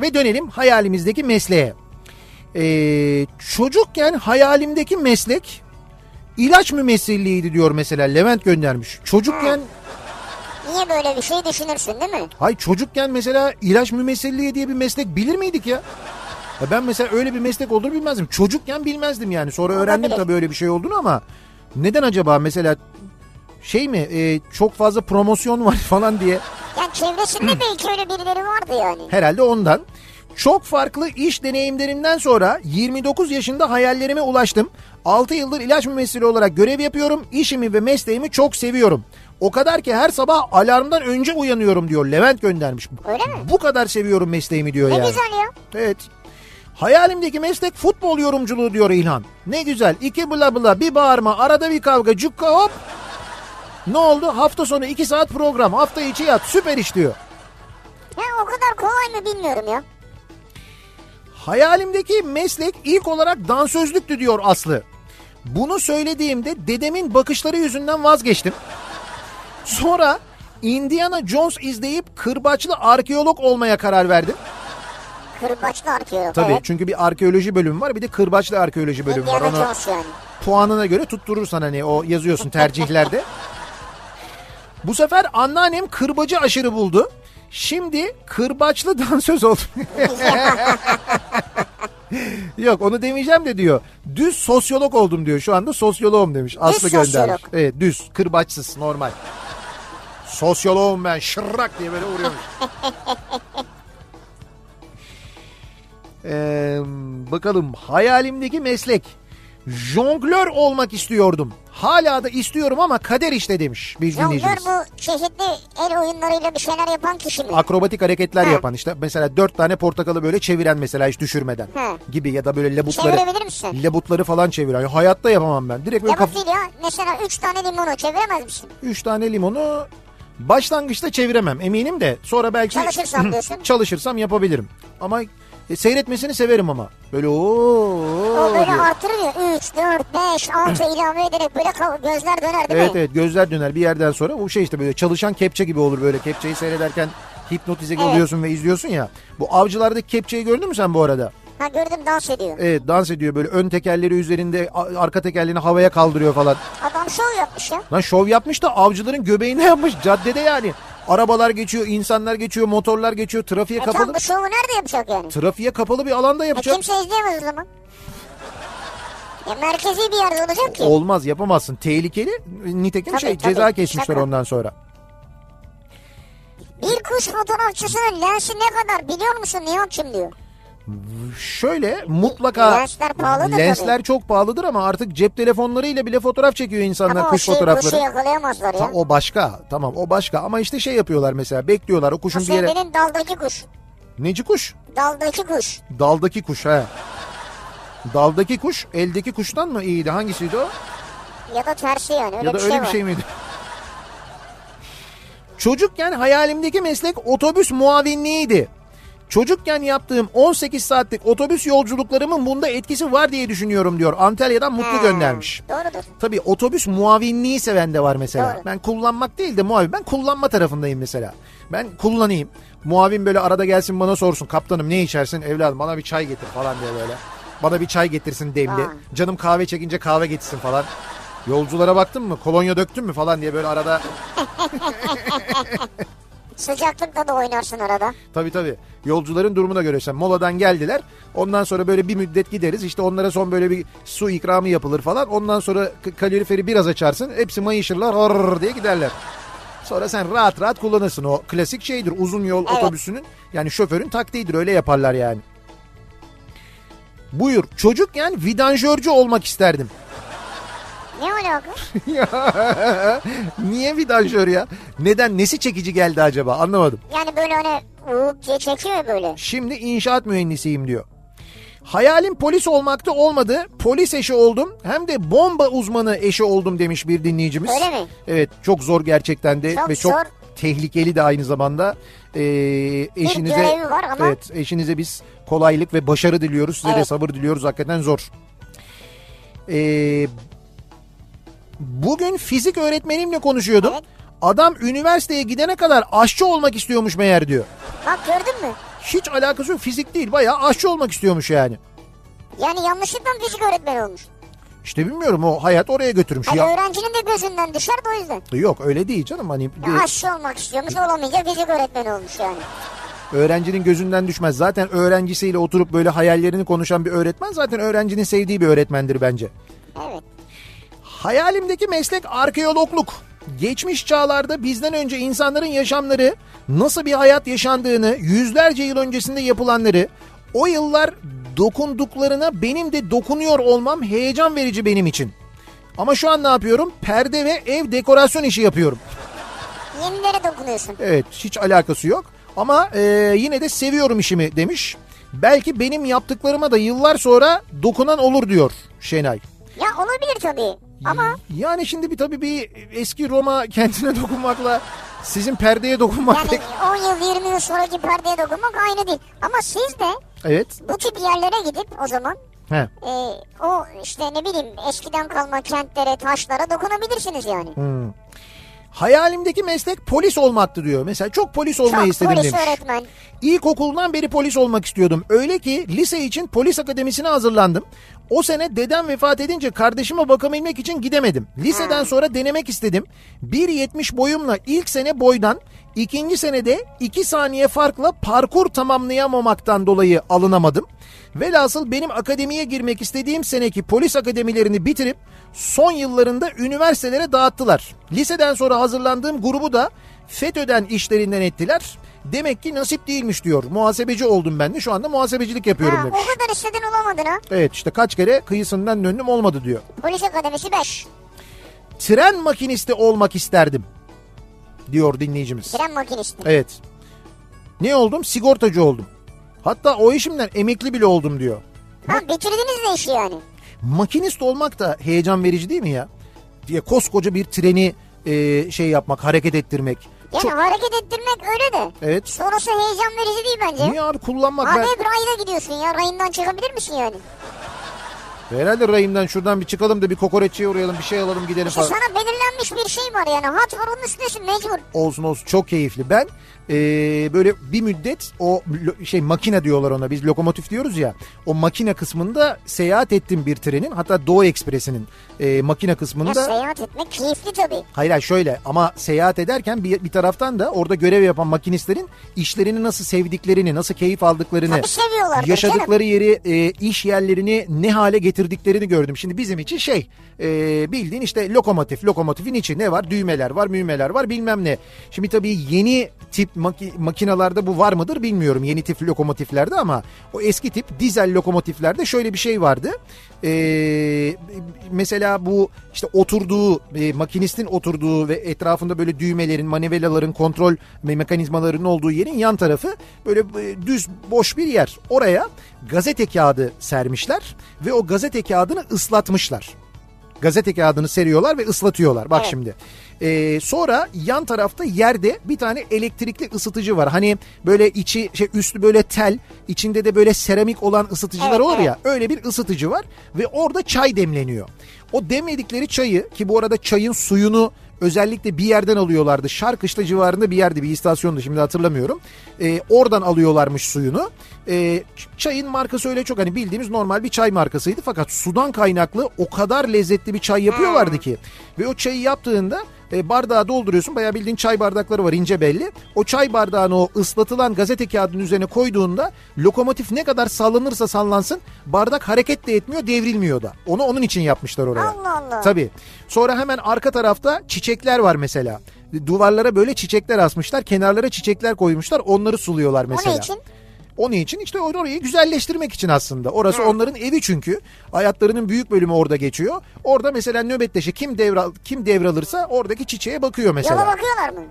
S3: Ve dönelim hayalimizdeki mesleğe. Ee, çocukken hayalimdeki meslek ilaç mümessilliydi diyor mesela Levent göndermiş. Çocukken
S2: Niye böyle bir şey düşünürsün değil mi?
S3: Hay çocukken mesela ilaç mümessilliği diye bir meslek bilir miydik ya? Ya ben mesela öyle bir meslek olduğunu bilmezdim. Çocukken bilmezdim yani. Sonra öğrendim
S2: Olabilir.
S3: tabii öyle bir şey olduğunu ama neden acaba mesela şey mi e, çok fazla promosyon var falan diye
S2: Yani
S3: Hmm.
S2: çevresinde belki öyle birileri vardı yani.
S3: herhalde ondan. Çok farklı iş deneyimlerimden sonra 29 yaşında hayallerime ulaştım. 6 yıldır ilaç mümessili olarak görev yapıyorum. İşimi ve mesleğimi çok seviyorum. O kadar ki her sabah alarmdan önce uyanıyorum diyor. Levent göndermiş.
S2: Öyle mi?
S3: Bu kadar seviyorum mesleğimi diyor
S2: Ne
S3: yani.
S2: güzel ya.
S3: Evet. Hayalimdeki meslek futbol yorumculuğu diyor İlhan. Ne güzel. İki bla bla bir bağırma arada bir kavga cukka hop. Ne oldu? Hafta sonu iki saat program. Hafta içi yat. Süper iş diyor.
S2: Ya o kadar kolay mı bilmiyorum ya.
S3: Hayalimdeki meslek ilk olarak dansözlüktü diyor Aslı. Bunu söylediğimde dedemin bakışları yüzünden vazgeçtim. Sonra Indiana Jones izleyip kırbaçlı arkeolog olmaya karar verdim.
S2: Kırbaçlı artıyorum.
S3: Tabii
S2: Evet.
S3: çünkü bir arkeoloji bölümü var bir de kırbaçlı arkeoloji bölümü var.
S2: Indiana
S3: Ona-
S2: Jones yani.
S3: puanına göre tutturursan hani o yazıyorsun tercihlerde. Bu sefer anneannem kırbacı aşırı buldu. Şimdi kırbaçlı dansöz oldu. Yok onu demeyeceğim de diyor. Düz sosyolog oldum diyor. Şu anda sosyoloğum demiş. Aslı göndermiş.
S2: sosyolog.
S3: Evet düz kırbaçsız normal. Sosyoloğum ben şırrak diye böyle vuruyormuş. Ee, bakalım hayalimdeki meslek. Jonglör olmak istiyordum. Hala da istiyorum ama kader işte demiş bir
S2: Jonglör
S3: dinleyicimiz.
S2: bu çeşitli el oyunlarıyla bir şeyler yapan kişi mi?
S3: Akrobatik hareketler
S2: Ha.
S3: yapan işte mesela dört tane portakalı böyle çeviren mesela hiç düşürmeden
S2: Ha.
S3: gibi ya da böyle labutları
S2: Çevirebilir şey misin?
S3: labutları falan çeviren. Ya Hayatta yapamam ben. Direkt böyle
S2: Ya
S3: kaf
S2: bu değil ya. Mesela 3 tane limonu çeviremez misin?
S3: üç tane limonu başlangıçta çeviremem eminim de sonra belki
S2: Çalışırsam diyorsun.
S3: çalışırsam yapabilirim. Ama e, seyretmesini severim ama. Böyle ooo
S2: O böyle
S3: diyor.
S2: arttırılıyor. 3, 4, 5, 6 ilave ederek böyle kav- gözler döner değil
S3: Evet
S2: mi?
S3: evet gözler döner bir yerden sonra bu şey işte böyle çalışan kepçe gibi olur böyle kepçeyi seyrederken hipnotize oluyorsun ve izliyorsun ya. Bu avcılardaki kepçeyi gördün mü sen bu arada?
S2: Ha gördüm dans ediyor.
S3: Evet dans ediyor böyle ön tekerleri üzerinde a- arka tekerlerini havaya kaldırıyor falan.
S2: Adam şov yapmış ya. E
S3: Lan şov yapmış da avcıların göbeğine yapmış caddede yani. Arabalar geçiyor, insanlar geçiyor, motorlar geçiyor, trafiğe
S2: E
S3: kapalı.
S2: tamam bu şovu nerede yapacak yani?
S3: Trafiğe kapalı bir alanda
S2: E
S3: yapacak.
S2: kimse izleyemez o zaman. Ya merkezi bir yerde olacak ki.
S3: Olmaz yapamazsın. Tehlikeli. Nitekim
S2: Tabii,
S3: şey
S2: tabii.
S3: ceza kesmişler
S2: Şaka.
S3: ondan sonra.
S2: Bir kuş fotoğrafçısının lensi ne kadar biliyor musun Nihat'cığım diyor.
S3: Şöyle mutlaka
S2: Lensler pahalıdır tabii.
S3: lensler çok pahalıdır ama artık cep telefonlarıyla bile fotoğraf çekiyor insanlar
S2: Ama o şey
S3: kuş
S2: şeyi,
S3: fotoğrafları.
S2: kuşu yakalayamazlar ya.
S3: Ta- o başka tamam o başka ama işte şey yapıyorlar mesela bekliyorlar o
S2: O
S3: kuşun bir
S2: senin
S3: yere.
S2: benim daldaki kuş.
S3: Neci kuş?
S2: Daldaki kuş.
S3: Daldaki kuş ha. Daldaki kuş eldeki kuştan mı iyiydi hangisiydi o?
S2: Ya da tersi yani öyle
S3: ya da
S2: bir
S3: öyle
S2: şey
S3: bir
S2: var.
S3: şey miydi? Çocukken hayalimdeki meslek otobüs muavinliğiydi. Çocukken yaptığım 18 saatlik otobüs yolculuklarımın bunda etkisi var diye düşünüyorum diyor. Antalya'dan Mutlu
S2: Ha,
S3: göndermiş.
S2: Doğrudur.
S3: Tabii otobüs muavinliği seven de var mesela.
S2: Doğru.
S3: Ben kullanmak değil de muavin. Ben kullanma tarafındayım mesela. Ben kullanayım. Muavin böyle arada gelsin bana sorsun. Kaptanım ne içersin evladım bana bir çay getir falan diye böyle. Bana bir çay getirsin demli.
S2: Ha.
S3: Canım kahve çekince kahve getirsin falan. Yolculara baktın mı? Kolonya döktün mü falan diye böyle arada.
S2: Sıcaklıkla da oynarsın arada.
S3: Tabii tabii. Yolcuların durumuna göre işte moladan geldiler. Ondan sonra böyle bir müddet gideriz. İşte onlara son böyle bir su ikramı yapılır falan. Ondan sonra k- kaloriferi biraz açarsın. Hepsi mayışırlar hor diye giderler. Sonra sen rahat rahat kullanırsın. O klasik şeydir uzun yol
S2: Evet.
S3: otobüsünün. Yani şoförün taktiğidir öyle yaparlar yani. Buyur çocukken vidanjörcü olmak isterdim.
S2: Ne alaka?
S3: Niye vidanjör ya? Neden nesi çekici geldi acaba anlamadım.
S2: Yani böyle hani uup diye çekiyor ya böyle.
S3: Şimdi inşaat mühendisiyim diyor. Hayalim polis olmakta olmadı. Polis eşi oldum. Hem de bomba uzmanı eşi oldum demiş bir dinleyicimiz.
S2: Öyle mi?
S3: Evet çok zor gerçekten de
S2: Çok
S3: ve çok
S2: zor.
S3: tehlikeli de aynı zamanda. Ee, eşinize
S2: görevi var ama-
S3: Evet, eşinize biz kolaylık ve başarı diliyoruz. Size de
S2: Evet.
S3: sabır diliyoruz. Hakikaten zor. Ee, bugün fizik öğretmenimle konuşuyordum.
S2: Evet.
S3: Adam üniversiteye gidene kadar aşçı olmak istiyormuş meğer diyor.
S2: Bak gördün mü?
S3: Hiç alakası yok fizik değil bayağı aşçı olmak istiyormuş yani.
S2: Yani yanlışlıkla mı fizik öğretmeni olmuş.
S3: İşte bilmiyorum o hayat oraya götürmüş.
S2: Hani
S3: Ya,
S2: öğrencinin de gözünden dışarıda o yüzden.
S3: yok öyle değil canım hani
S2: Ya
S3: bir-
S2: aşçı olmak istiyormuş olamayınca fizik öğretmeni olmuş yani.
S3: öğrencinin gözünden düşmez. Zaten öğrencisiyle oturup böyle hayallerini konuşan bir öğretmen zaten öğrencinin sevdiği bir öğretmendir bence.
S2: Evet.
S3: Hayalimdeki meslek arkeologluk. Geçmiş çağlarda bizden önce insanların yaşamları nasıl bir hayat yaşandığını, yüzlerce yıl öncesinde yapılanları, o yıllar dokunduklarına benim de dokunuyor olmam heyecan verici benim için. Ama şu an ne yapıyorum? Perde ve ev dekorasyon işi yapıyorum.
S2: Yenilere dokunuyorsun.
S3: Evet hiç alakası yok ama e, yine de seviyorum işimi demiş. Belki benim yaptıklarıma da yıllar sonra dokunan olur diyor Şenay.
S2: Ya olabilir tabii. Ama
S3: Yani şimdi bir tabii bir eski Roma kentine dokunmakla sizin perdeye dokunmak
S2: yani
S3: pek-
S2: 10 yıl 20 yıl sonraki perdeye dokunmak aynı değil. Ama siz de
S3: Evet.
S2: bu tip yerlere gidip o zaman
S3: He.
S2: e, o işte ne bileyim eskiden kalma kentlere taşlara dokunabilirsiniz yani.
S3: Hayalimdeki meslek polis olmaktı diyor. Mesela çok polis olmayı
S2: Çok
S3: istedim
S2: polis
S3: demiş.
S2: öğretmen.
S3: İlkokuldan beri polis olmak istiyordum. Öyle ki lise için polis akademisine hazırlandım. O sene dedem vefat edince kardeşime bakabilmek için gidemedim. Liseden sonra denemek istedim. 1.70 boyumla ilk sene boydan, ikinci senede 2 saniye farkla parkur tamamlayamamaktan dolayı alınamadım. Velhasıl benim akademiye girmek istediğim seneki polis akademilerini bitirip son yıllarında üniversitelere dağıttılar. Liseden sonra hazırlandığım grubu da FETÖ'den işlerinden ettiler. Demek ki nasip değilmiş diyor. Muhasebeci oldum ben de şu anda muhasebecilik yapıyorum
S2: Ha, o
S3: demiş.
S2: kadar istedin olamadın ha.
S3: Evet işte kaç kere kıyısından döndüm olmadı diyor.
S2: Polis akademisi 5.
S3: Tren makinisti olmak isterdim diyor dinleyicimiz.
S2: Tren makinisti.
S3: Evet. Ne oldum? Sigortacı oldum. Hatta o işimden emekli bile oldum diyor.
S2: Ha bitirdiniz de işi yani.
S3: Makinist olmak da heyecan verici değil mi ya? Diye koskoca bir treni e, şey yapmak, hareket ettirmek.
S2: Yani
S3: Çok-
S2: hareket ettirmek öyle de.
S3: Evet.
S2: Sonrası heyecan verici değil bence.
S3: Niye abi kullanmak?
S2: Abi
S3: ben...
S2: hep rayına gidiyorsun ya. Rayından çıkabilir misin yani?
S3: Herhalde rayımdan şuradan bir çıkalım da bir kokoreççiye uğrayalım bir şey alalım gidelim
S2: İşte
S3: falan.
S2: sana belirlenmiş bir şey var yani. Hat var onun üstündesin mecbur.
S3: Olsun olsun çok keyifli. Ben eee, böyle bir müddet o lo- şey makine diyorlar ona biz lokomotif diyoruz ya. O makine kısmında seyahat ettim bir trenin hatta Doğu Ekspresi'nin eee, makine
S2: Ya
S3: kısmında.
S2: seyahat etmek keyifli tabii.
S3: Hayır hayır şöyle ama seyahat ederken bir, bir taraftan da orada görev yapan makinistlerin işlerini nasıl sevdiklerini, nasıl keyif aldıklarını,
S2: Tabii seviyorlardır
S3: yaşadıkları yeri, e, iş yerlerini ne hale getirdiklerini gördüm. Şimdi bizim için şey e, bildiğin işte lokomotif. Lokomotifin içi ne var? Düğmeler var, müğmeler var bilmem ne. Şimdi tabii yeni tip maki- makinalarda bu var mıdır bilmiyorum. Yeni tip lokomotiflerde ama o eski tip dizel lokomotiflerde şöyle bir şey vardı. E, mesela bu işte oturduğu e, makinistin oturduğu ve etrafında böyle düğmelerin, manivelaların, kontrol me- mekanizmalarının olduğu yerin yan tarafı böyle e, düz boş bir yer. Oraya gazete kağıdı sermişler ve o gazete kağıdını ıslatmışlar. Gazete kağıdını seriyorlar ve ıslatıyorlar. Bak
S2: Evet.
S3: şimdi. E, sonra yan tarafta yerde bir tane elektrikli ısıtıcı var. Hani böyle içi şey üstü böyle tel, içinde de böyle seramik olan ısıtıcılar
S2: Evet,
S3: olur
S2: evet.
S3: ya. Öyle bir ısıtıcı var ve orada çay demleniyor. O demledikleri çayı ki bu arada çayın suyunu özellikle bir yerden alıyorlardı. Şarkışla civarında bir yerde bir istasyondu şimdi hatırlamıyorum. Ee, oradan alıyorlarmış suyunu. Ee, ç- çayın markası öyle çok hani bildiğimiz normal bir çay markasıydı. Fakat sudan kaynaklı o kadar lezzetli bir çay
S2: Hmm.
S3: yapıyorlardı ki. Ve o çayı yaptığında e, bardağı dolduruyorsun. Bayağı bildiğin çay bardakları var ince belli. O çay bardağını o ıslatılan gazete kağıdının üzerine koyduğunda lokomotif ne kadar sallanırsa sallansın bardak hareket de etmiyor devrilmiyor da. Onu onun için yapmışlar oraya.
S2: Allah Allah.
S3: Tabii. Sonra hemen arka tarafta çiçekler var mesela. Duvarlara böyle çiçekler asmışlar. Kenarlara çiçekler koymuşlar. Onları suluyorlar mesela.
S2: Onun için
S3: Onun için işte or- orayı güzelleştirmek için aslında. Orası onların evi çünkü. Hayatlarının büyük bölümü orada geçiyor. Orada mesela nöbetleşe kim devral kim devralırsa oradaki çiçeğe bakıyor mesela.
S2: yola bakıyorlar mı?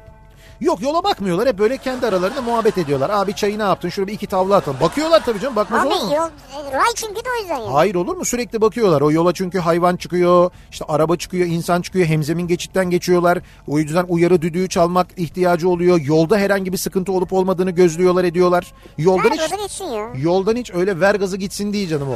S3: Yok yola bakmıyorlar. Hep böyle kendi aralarında muhabbet ediyorlar. Abi çayı ne yaptın? Şuraya bir iki tavla atalım. Bakıyorlar tabii canım. Bakmaz olur mu?
S2: Abi yol, e, ray çünkü de o yüzden yani.
S3: Hayır olur mu? Sürekli bakıyorlar. O yola çünkü hayvan çıkıyor, işte araba çıkıyor, insan çıkıyor, hemzemin geçitten geçiyorlar. O yüzden uyarı düdüğü çalmak ihtiyacı oluyor. Yolda herhangi bir sıkıntı olup olmadığını gözlüyorlar, ediyorlar. Yoldan
S2: Nerede
S3: hiç
S2: orada geçsin ya.
S3: yoldan hiç öyle ver gazı gitsin diye canım o.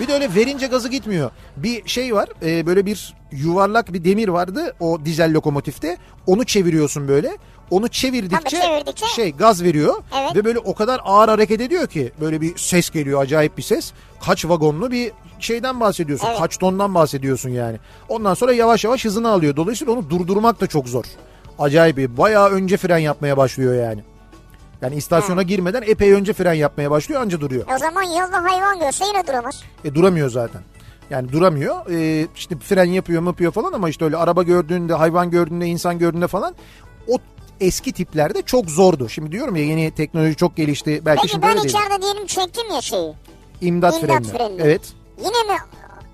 S3: Bir de öyle verince gazı gitmiyor. Bir şey var e, böyle bir yuvarlak bir demir vardı o dizel lokomotifte. Onu çeviriyorsun böyle. Onu çevirdikçe,
S2: Tabii, çevirdikçe-
S3: şey gaz veriyor.
S2: Evet.
S3: Ve böyle o kadar ağır hareket ediyor ki böyle bir ses geliyor acayip bir ses. Kaç vagonlu bir şeyden bahsediyorsun.
S2: Evet.
S3: Kaç tondan bahsediyorsun yani. Ondan sonra yavaş yavaş hızını alıyor. Dolayısıyla onu durdurmak da çok zor. Acayip bir bayağı önce fren yapmaya başlıyor yani. Yani istasyona girmeden epey önce fren yapmaya başlıyor anca duruyor.
S2: E O zaman yolda hayvan görse yine duramaz.
S3: E, duramıyor zaten. Yani duramıyor. E, işte fren yapıyor mı yapıyor falan ama işte öyle araba gördüğünde, hayvan gördüğünde, insan gördüğünde falan o eski tiplerde çok zordu. Şimdi diyorum ya yeni teknoloji çok gelişti. Belki
S2: Peki
S3: şimdi
S2: ben
S3: öyle değil.
S2: içeride diyelim çektim ya şeyi.
S3: İmdat,
S2: İmdat
S3: freni.
S2: freni.
S3: Evet.
S2: Yine mi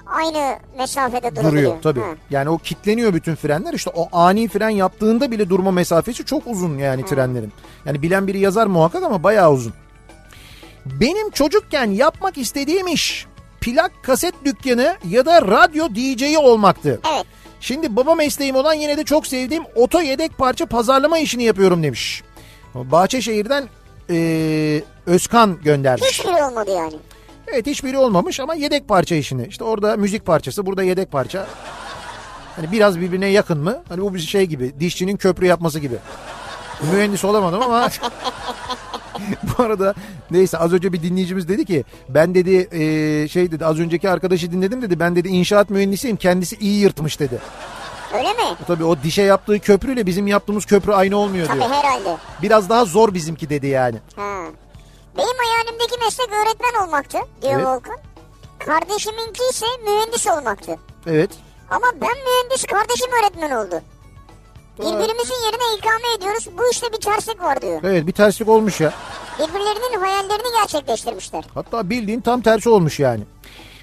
S2: aynı mesafede durabiliyor?
S3: Duruyor tabii.
S2: Ha.
S3: Yani o kitleniyor bütün frenler. İşte o ani fren yaptığında bile durma mesafesi çok uzun yani trenlerin. Yani bilen biri yazar muhakkak ama bayağı uzun. Benim çocukken yapmak istediğim iş plak kaset dükkanı ya da radyo DJ'yi olmaktı.
S2: Evet.
S3: Şimdi baba mesleğim olan yine de çok sevdiğim oto yedek parça pazarlama işini yapıyorum demiş. Bahçeşehir'den eee, Özkan göndermiş.
S2: Hiçbiri olmadı yani.
S3: Evet hiçbiri olmamış ama yedek parça işini. İşte orada müzik parçası, burada yedek parça. Hani biraz birbirine yakın mı? Hani bu bir şey gibi, dişçinin köprü yapması gibi. Mühendis olamadım ama... bu arada neyse az önce bir dinleyicimiz dedi ki ben dedi eee, şey dedi az önceki arkadaşı dinledim dedi ben dedi inşaat mühendisiyim kendisi iyi yırtmış dedi.
S2: Öyle mi?
S3: Tabii o dişe yaptığı köprüyle bizim yaptığımız köprü aynı olmuyor
S2: Tabii
S3: diyor.
S2: herhalde.
S3: Biraz daha zor bizimki dedi yani.
S2: Ha. Benim hayalimdeki meslek öğretmen olmaktı diyor
S3: Evet.
S2: Volkan. Kardeşiminki ise mühendis olmaktı.
S3: Evet.
S2: Ama ben mühendis kardeşim öğretmen oldu. Birbirimizin yerine ikame ediyoruz. Bu işte bir terslik var diyor.
S3: Evet bir terslik olmuş ya.
S2: Birbirlerinin hayallerini gerçekleştirmişler.
S3: Hatta bildiğin tam tersi olmuş yani.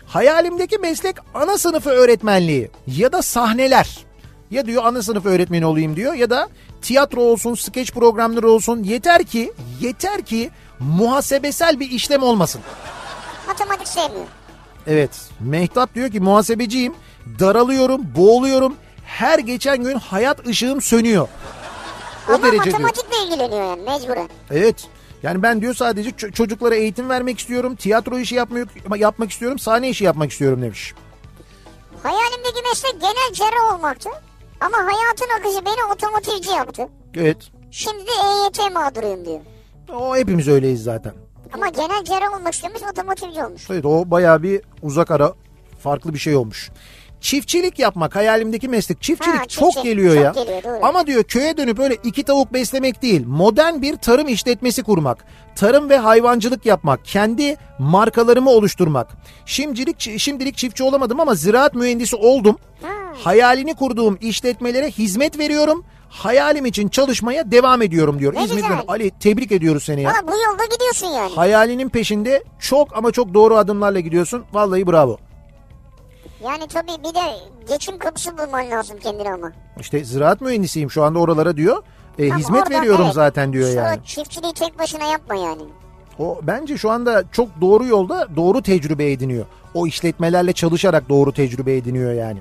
S3: Hayalimdeki meslek ana sınıfı öğretmenliği ya da sahneler. Ya diyor ana sınıf öğretmeni olayım diyor ya da tiyatro olsun, skeç programları olsun yeter ki yeter ki muhasebesel bir işlem olmasın.
S2: Matematik sevmiyor.
S3: Evet. Mehtap diyor ki muhasebeciyim. Daralıyorum, boğuluyorum. Her geçen gün hayat ışığım sönüyor. O
S2: Ama
S3: derece diyor.
S2: matematikle ilgileniyor yani mecburen.
S3: Evet. Yani ben diyor sadece ç- çocuklara eğitim vermek istiyorum. Tiyatro işi yapmıyor, yapmak istiyorum. Sahne işi yapmak istiyorum demiş.
S2: Hayalimdeki meslek genel cerrah olmaktı. Ama hayatın akışı beni otomotivci yaptı.
S3: Evet.
S2: Şimdi de EYT mağduruyum diyor.
S3: O hepimiz öyleyiz zaten.
S2: Ama genel cerrah olmak istemiş otomotivci olmuş.
S3: Evet o bayağı bir uzak ara farklı bir şey olmuş. Çiftçilik yapmak hayalimdeki meslek. Çiftçilik
S2: Ha,
S3: çok
S2: çiftçi.
S3: geliyor
S2: Çok
S3: ya.
S2: geliyor, doğru.
S3: Ama diyor köye dönüp öyle iki tavuk beslemek değil. Modern bir tarım işletmesi kurmak. Tarım ve hayvancılık yapmak. Kendi markalarımı oluşturmak. Şimdilik şimdilik çiftçi olamadım ama ziraat mühendisi oldum. Hayalini kurduğum işletmelere hizmet veriyorum. Hayalim için çalışmaya devam ediyorum diyor.
S2: Ne
S3: İzmir'den
S2: güzel.
S3: Ali tebrik ediyoruz seni ya.
S2: Valla bu yolda gidiyorsun yani.
S3: Hayalinin peşinde çok ama çok doğru adımlarla gidiyorsun. Vallahi bravo.
S2: Yani tabii bir de geçim kapısı bulman lazım kendine
S3: E,
S2: ama.
S3: İşte ziraat mühendisiyim şu anda oralara diyor. E,
S2: Tam
S3: hizmet
S2: oradan,
S3: veriyorum
S2: evet.
S3: zaten diyor
S2: Şu
S3: yani.
S2: Çiftçiliği tek başına yapma yani.
S3: O bence şu anda çok doğru yolda doğru tecrübe ediniyor. O işletmelerle çalışarak doğru tecrübe ediniyor yani.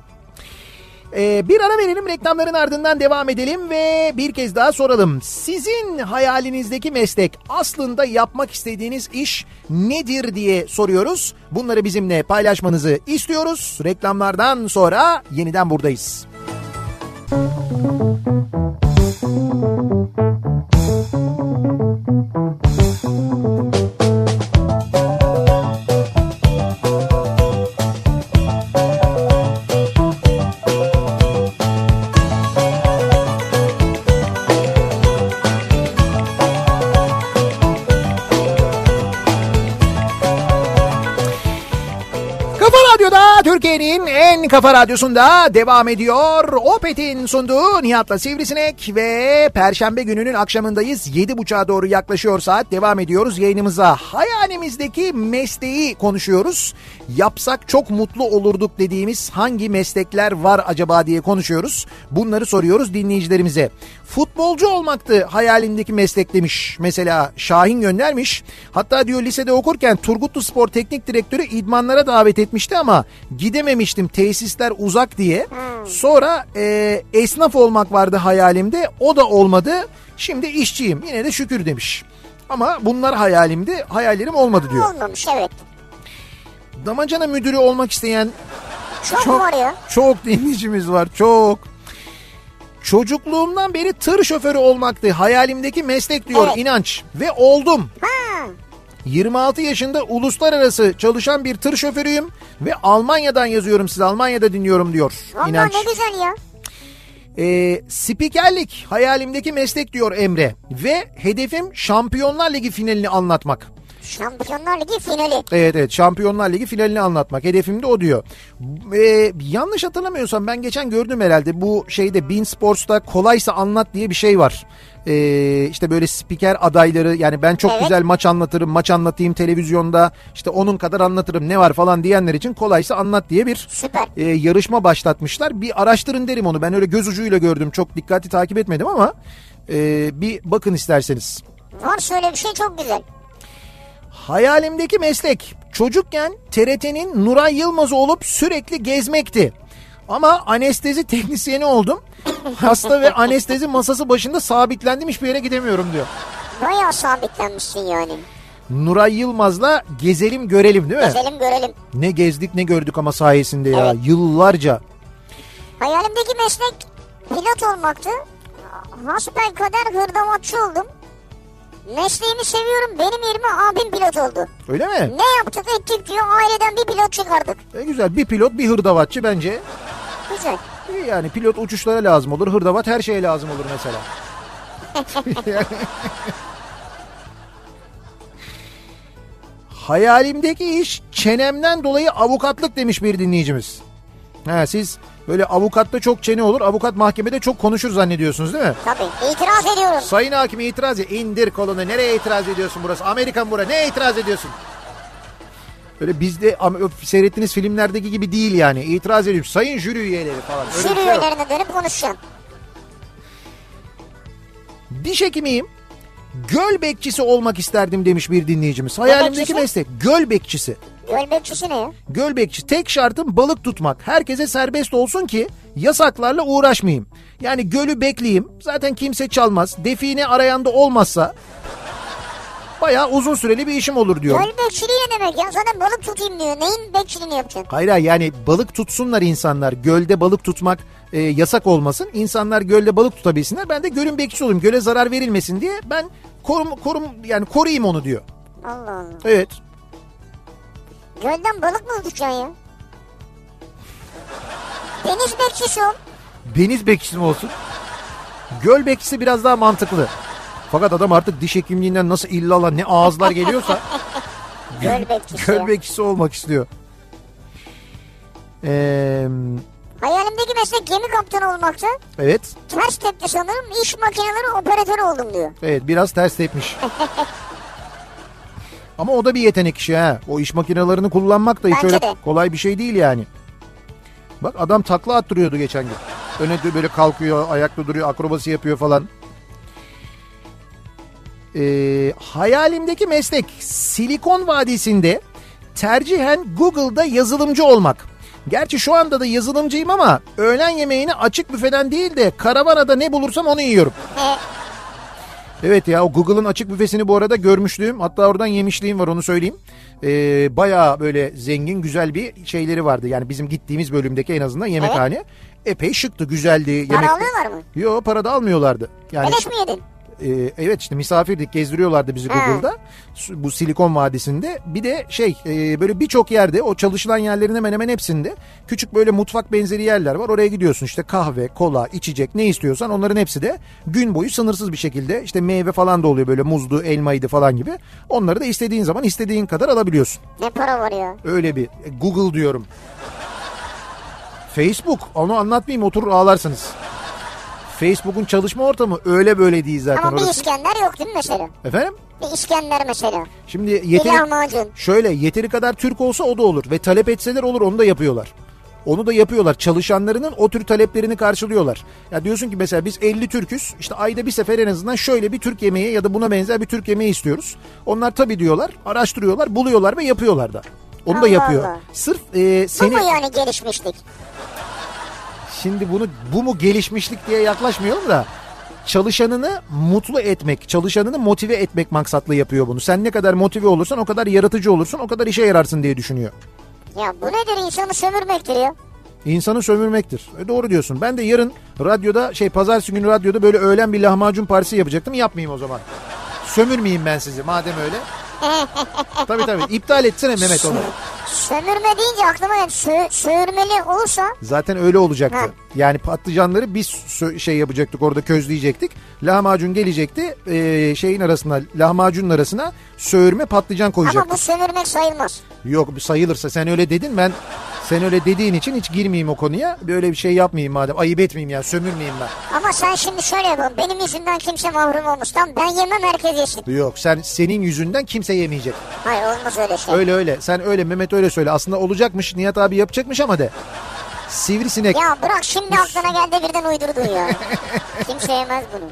S3: Ee, bir ara verelim reklamların ardından devam edelim ve bir kez daha soralım. Sizin hayalinizdeki meslek aslında yapmak istediğiniz iş nedir diye soruyoruz. Bunları bizimle paylaşmanızı istiyoruz. Reklamlardan sonra yeniden buradayız. Kafa Radyo'da Türkiye'nin en kafa radyosunda devam ediyor. Opet'in sunduğu Nihat'la Sivrisinek ve Perşembe gününün akşamındayız. 7.30'a doğru yaklaşıyor saat devam ediyoruz yayınımıza. Hayalimizdeki mesleği konuşuyoruz. Yapsak çok mutlu olurduk dediğimiz hangi meslekler var acaba diye konuşuyoruz. Bunları soruyoruz dinleyicilerimize. E, Futbolcu olmaktı hayalimdeki meslek demiş. Mesela Şahin göndermiş. Hatta diyor lisede okurken Turgutlu Spor Teknik Direktörü idmanlara davet etmişti ama gidememiştim tesisler uzak diye. Sonra e, esnaf olmak vardı hayalimde o da olmadı. Şimdi işçiyim yine de şükür demiş. Ama bunlar hayalimdi hayallerim olmadı diyor.
S2: Olmamış evet.
S3: Damacana müdürü olmak isteyen
S2: Çok,
S3: Çok-
S2: var ya.
S3: çok dinleyicimiz var çok. Çocukluğumdan beri tır şoförü olmaktı hayalimdeki meslek diyor
S2: Evet.
S3: inanç ve oldum.
S2: Ha,
S3: 26 yaşında uluslararası çalışan bir tır şoförüyüm ve Almanya'dan yazıyorum size Almanya'da dinliyorum diyor
S2: valla
S3: inanç.
S2: ne güzel ya.
S3: Ee, spikerlik hayalimdeki meslek diyor Emre ve hedefim Şampiyonlar Ligi finalini anlatmak.
S2: Şampiyonlar Ligi finali.
S3: Evet evet Şampiyonlar Ligi finalini anlatmak. Hedefim de o diyor. Ee, yanlış hatırlamıyorsam ben geçen gördüm herhalde bu şeyde Bean Sports'ta kolaysa anlat diye bir şey var. Ee, işte böyle spiker adayları yani ben çok
S2: Evet.
S3: güzel maç anlatırım maç anlatayım televizyonda işte onun kadar anlatırım ne var falan diyenler için kolaysa anlat diye bir
S2: Süper.
S3: e, yarışma başlatmışlar. Bir araştırın derim onu ben öyle göz ucuyla gördüm çok dikkatli takip etmedim ama e, bir bakın isterseniz.
S2: Varsa öyle bir şey çok güzel.
S3: Hayalimdeki meslek çocukken TRT'nin Nuray Yılmaz'ı olup sürekli gezmekti. Ama anestezi teknisyeni oldum. Hasta ve anestezi masası başında sabitlendim hiçbir yere gidemiyorum diyor.
S2: Bayağı sabitlenmişsin yani.
S3: Nuray Yılmaz'la gezelim görelim değil mi?
S2: Gezelim görelim.
S3: Ne gezdik ne gördük ama sayesinde ya
S2: Evet.
S3: yıllarca.
S2: Hayalimdeki meslek pilot olmaktı. Hasbelkader hırdavatçı oldum. Mesleğimi seviyorum. Benim yerime abim pilot oldu.
S3: Öyle mi?
S2: Ne yaptık ettik diyor. Aileden bir pilot çıkardık.
S3: E güzel bir pilot bir hırdavatçı bence.
S2: Güzel.
S3: İyi yani pilot uçuşlara lazım olur hırdavat her şeye lazım olur mesela. Hayalimdeki iş çenemden dolayı avukatlık demiş bir dinleyicimiz. Ha, siz böyle avukatta çok çene olur avukat mahkemede çok konuşur zannediyorsunuz değil mi?
S2: Tabii. İtiraz ediyorum.
S3: Sayın hakime itiraz et. İndir kolunu. Nereye itiraz ediyorsun burası? Amerikan bura. Neye itiraz ediyorsun? Böyle bizde ama öf, seyrettiğiniz filmlerdeki gibi değil yani. İtiraz ediyorum. Sayın jüri üyeleri falan. Öyle bir
S2: Sürü
S3: şey yok.
S2: üyelerine dönüp konuşacağım.
S3: Diş hekimiyim. Göl bekçisi olmak isterdim demiş bir dinleyicimiz. Hayalimdeki
S2: bekçisi?
S3: meslek göl bekçisi.
S2: Göl bekçisi ne ya?
S3: Göl bekçi tek şartım balık tutmak. Herkese serbest olsun ki yasaklarla uğraşmayayım. Yani gölü bekleyeyim. Zaten kimse çalmaz. Define arayan da olmazsa bayağı uzun süreli bir işim olur diyor.
S2: Göl bekçiliği ne demek ya? Zaten balık tutayım diyor. Neyin bekçiliğini yapacaksın?
S3: Hayır hayır, yani balık tutsunlar insanlar. Gölde balık tutmak e, yasak olmasın. İnsanlar gölde balık tutabilsinler. Ben de gölün bekçisi olayım. Göle zarar verilmesin diye ben korum korum yani koruyayım onu diyor.
S2: Allah Allah.
S3: Evet.
S2: Gölden balık mı tutacaksın ya? Deniz bekçisi ol.
S3: Deniz bekçisi mi olsun? Göl bekçisi biraz daha mantıklı. Fakat adam artık diş hekimliğinden nasıl illala ne ağızlar geliyorsa
S2: Göl bekçisi.
S3: göl bekçisi olmak istiyor. Ee,
S2: Hayalimdeki meslek gemi kaptanı olmaktı.
S3: evet,
S2: Ters tepti sanırım iş makineleri operatörü oldum diyor.
S3: evet biraz ters tepmiş. Ama o da bir yetenek işi ha. O iş makinelerini kullanmak da hiç
S2: Bence
S3: öyle
S2: de.
S3: kolay bir şey değil yani. Bak adam takla attırıyordu geçen gün. Öne de böyle kalkıyor, ayakta duruyor, akrobasi yapıyor falan. Ee, hayalimdeki meslek Silikon Vadisi'nde tercihen Google'da yazılımcı olmak. Gerçi şu anda da yazılımcıyım ama öğlen yemeğini açık büfeden değil de karavanada ne bulursam onu yiyorum. Evet ya o Google'ın açık büfesini bu arada görmüşlüğüm hatta oradan yemişliğim var onu söyleyeyim. Ee, bayağı böyle zengin güzel bir şeyleri vardı yani bizim gittiğimiz bölümdeki en azından yemekhane. Epey şıktı güzeldi.
S2: Para
S3: Yemek...
S2: alıyorlar mı?
S3: Yo para da almıyorlardı. Yani
S2: Beleş mi yedin?
S3: ee, evet işte misafirdik gezdiriyorlardı bizi
S2: Ha.
S3: Google'da Su- bu Silikon Vadisi'nde bir de şey e, böyle birçok yerde o çalışılan yerlerin hemen hemen hepsinde küçük böyle mutfak benzeri yerler var oraya gidiyorsun işte kahve kola içecek ne istiyorsan onların hepsi de gün boyu sınırsız bir şekilde işte meyve falan da oluyor böyle muzdu elmaydı falan gibi onları da istediğin zaman istediğin kadar alabiliyorsun
S2: Ne para var ya?
S3: öyle bir e, Google diyorum Facebook onu anlatmayayım oturur ağlarsınız. Facebook'un çalışma ortamı öyle böyle değil zaten.
S2: Ama bir
S3: orası.
S2: İskender yok değil mi mesela?
S3: Efendim?
S2: Bir İskender mesela.
S3: Şimdi
S2: Bir
S3: yeteri,
S2: lahmacun.
S3: şöyle yeteri kadar Türk olsa o da olur ve talep etseler olur onu da yapıyorlar. Onu da yapıyorlar. Çalışanlarının o tür taleplerini karşılıyorlar. Ya diyorsun ki mesela biz 50 Türküz. işte ayda bir sefer en azından şöyle bir Türk yemeği ya da buna benzer bir Türk yemeği istiyoruz. Onlar tabii diyorlar, araştırıyorlar, buluyorlar ve yapıyorlar da. Onu da
S2: Allah
S3: yapıyor.
S2: Allah.
S3: Sırf e,
S2: Bu
S3: seni
S2: mu yani gelişmişlik?
S3: Şimdi bunu bu mu gelişmişlik diye yaklaşmıyorum da çalışanını mutlu etmek, çalışanını motive etmek maksatlı yapıyor bunu. Sen ne kadar motive olursan o kadar yaratıcı olursun, o kadar işe yararsın diye düşünüyor.
S2: Ya bu nedir insanı sömürmektir ya?
S3: İnsanı sömürmektir. E doğru diyorsun. Ben de yarın radyoda şey pazartesi günü radyoda böyle öğlen bir lahmacun partisi yapacaktım. Yapmayayım o zaman. Sömürmeyeyim ben sizi madem öyle. tabii tabii iptal etsene Mehmet onu.
S2: Sömürme deyince aklıma yani sö- sömürmeli olursa
S3: Zaten öyle olacaktı.
S2: Ha.
S3: Yani patlıcanları biz sö- şey yapacaktık orada közleyecektik. Lahmacun gelecekti ee, şeyin arasına lahmacunun arasına söğürme patlıcan
S2: ama bu
S3: koyacaktık.
S2: sömürmek sayılmaz.
S3: Yok sayılırsa sen öyle dedin ben sen öyle dediğin için hiç girmeyeyim o konuya. Böyle bir şey yapmayayım madem ayıp etmeyeyim ya sömürmeyeyim ben.
S2: Ama sen şimdi şöyle yapalım. Benim yüzümden kimse mahrum olmuş. Tamam ben yemem herkes yesin.
S3: Yok sen senin yüzünden kimse yemeyecek.
S2: Hayır olmaz öyle şey.
S3: Öyle öyle sen öyle Mehmet öyle söyle aslında olacakmış Nihat abi yapacakmış ama de. Sivrisinek.
S2: Ya bırak şimdi aklına geldi birden uydurdun ya. kimse yemez bunu.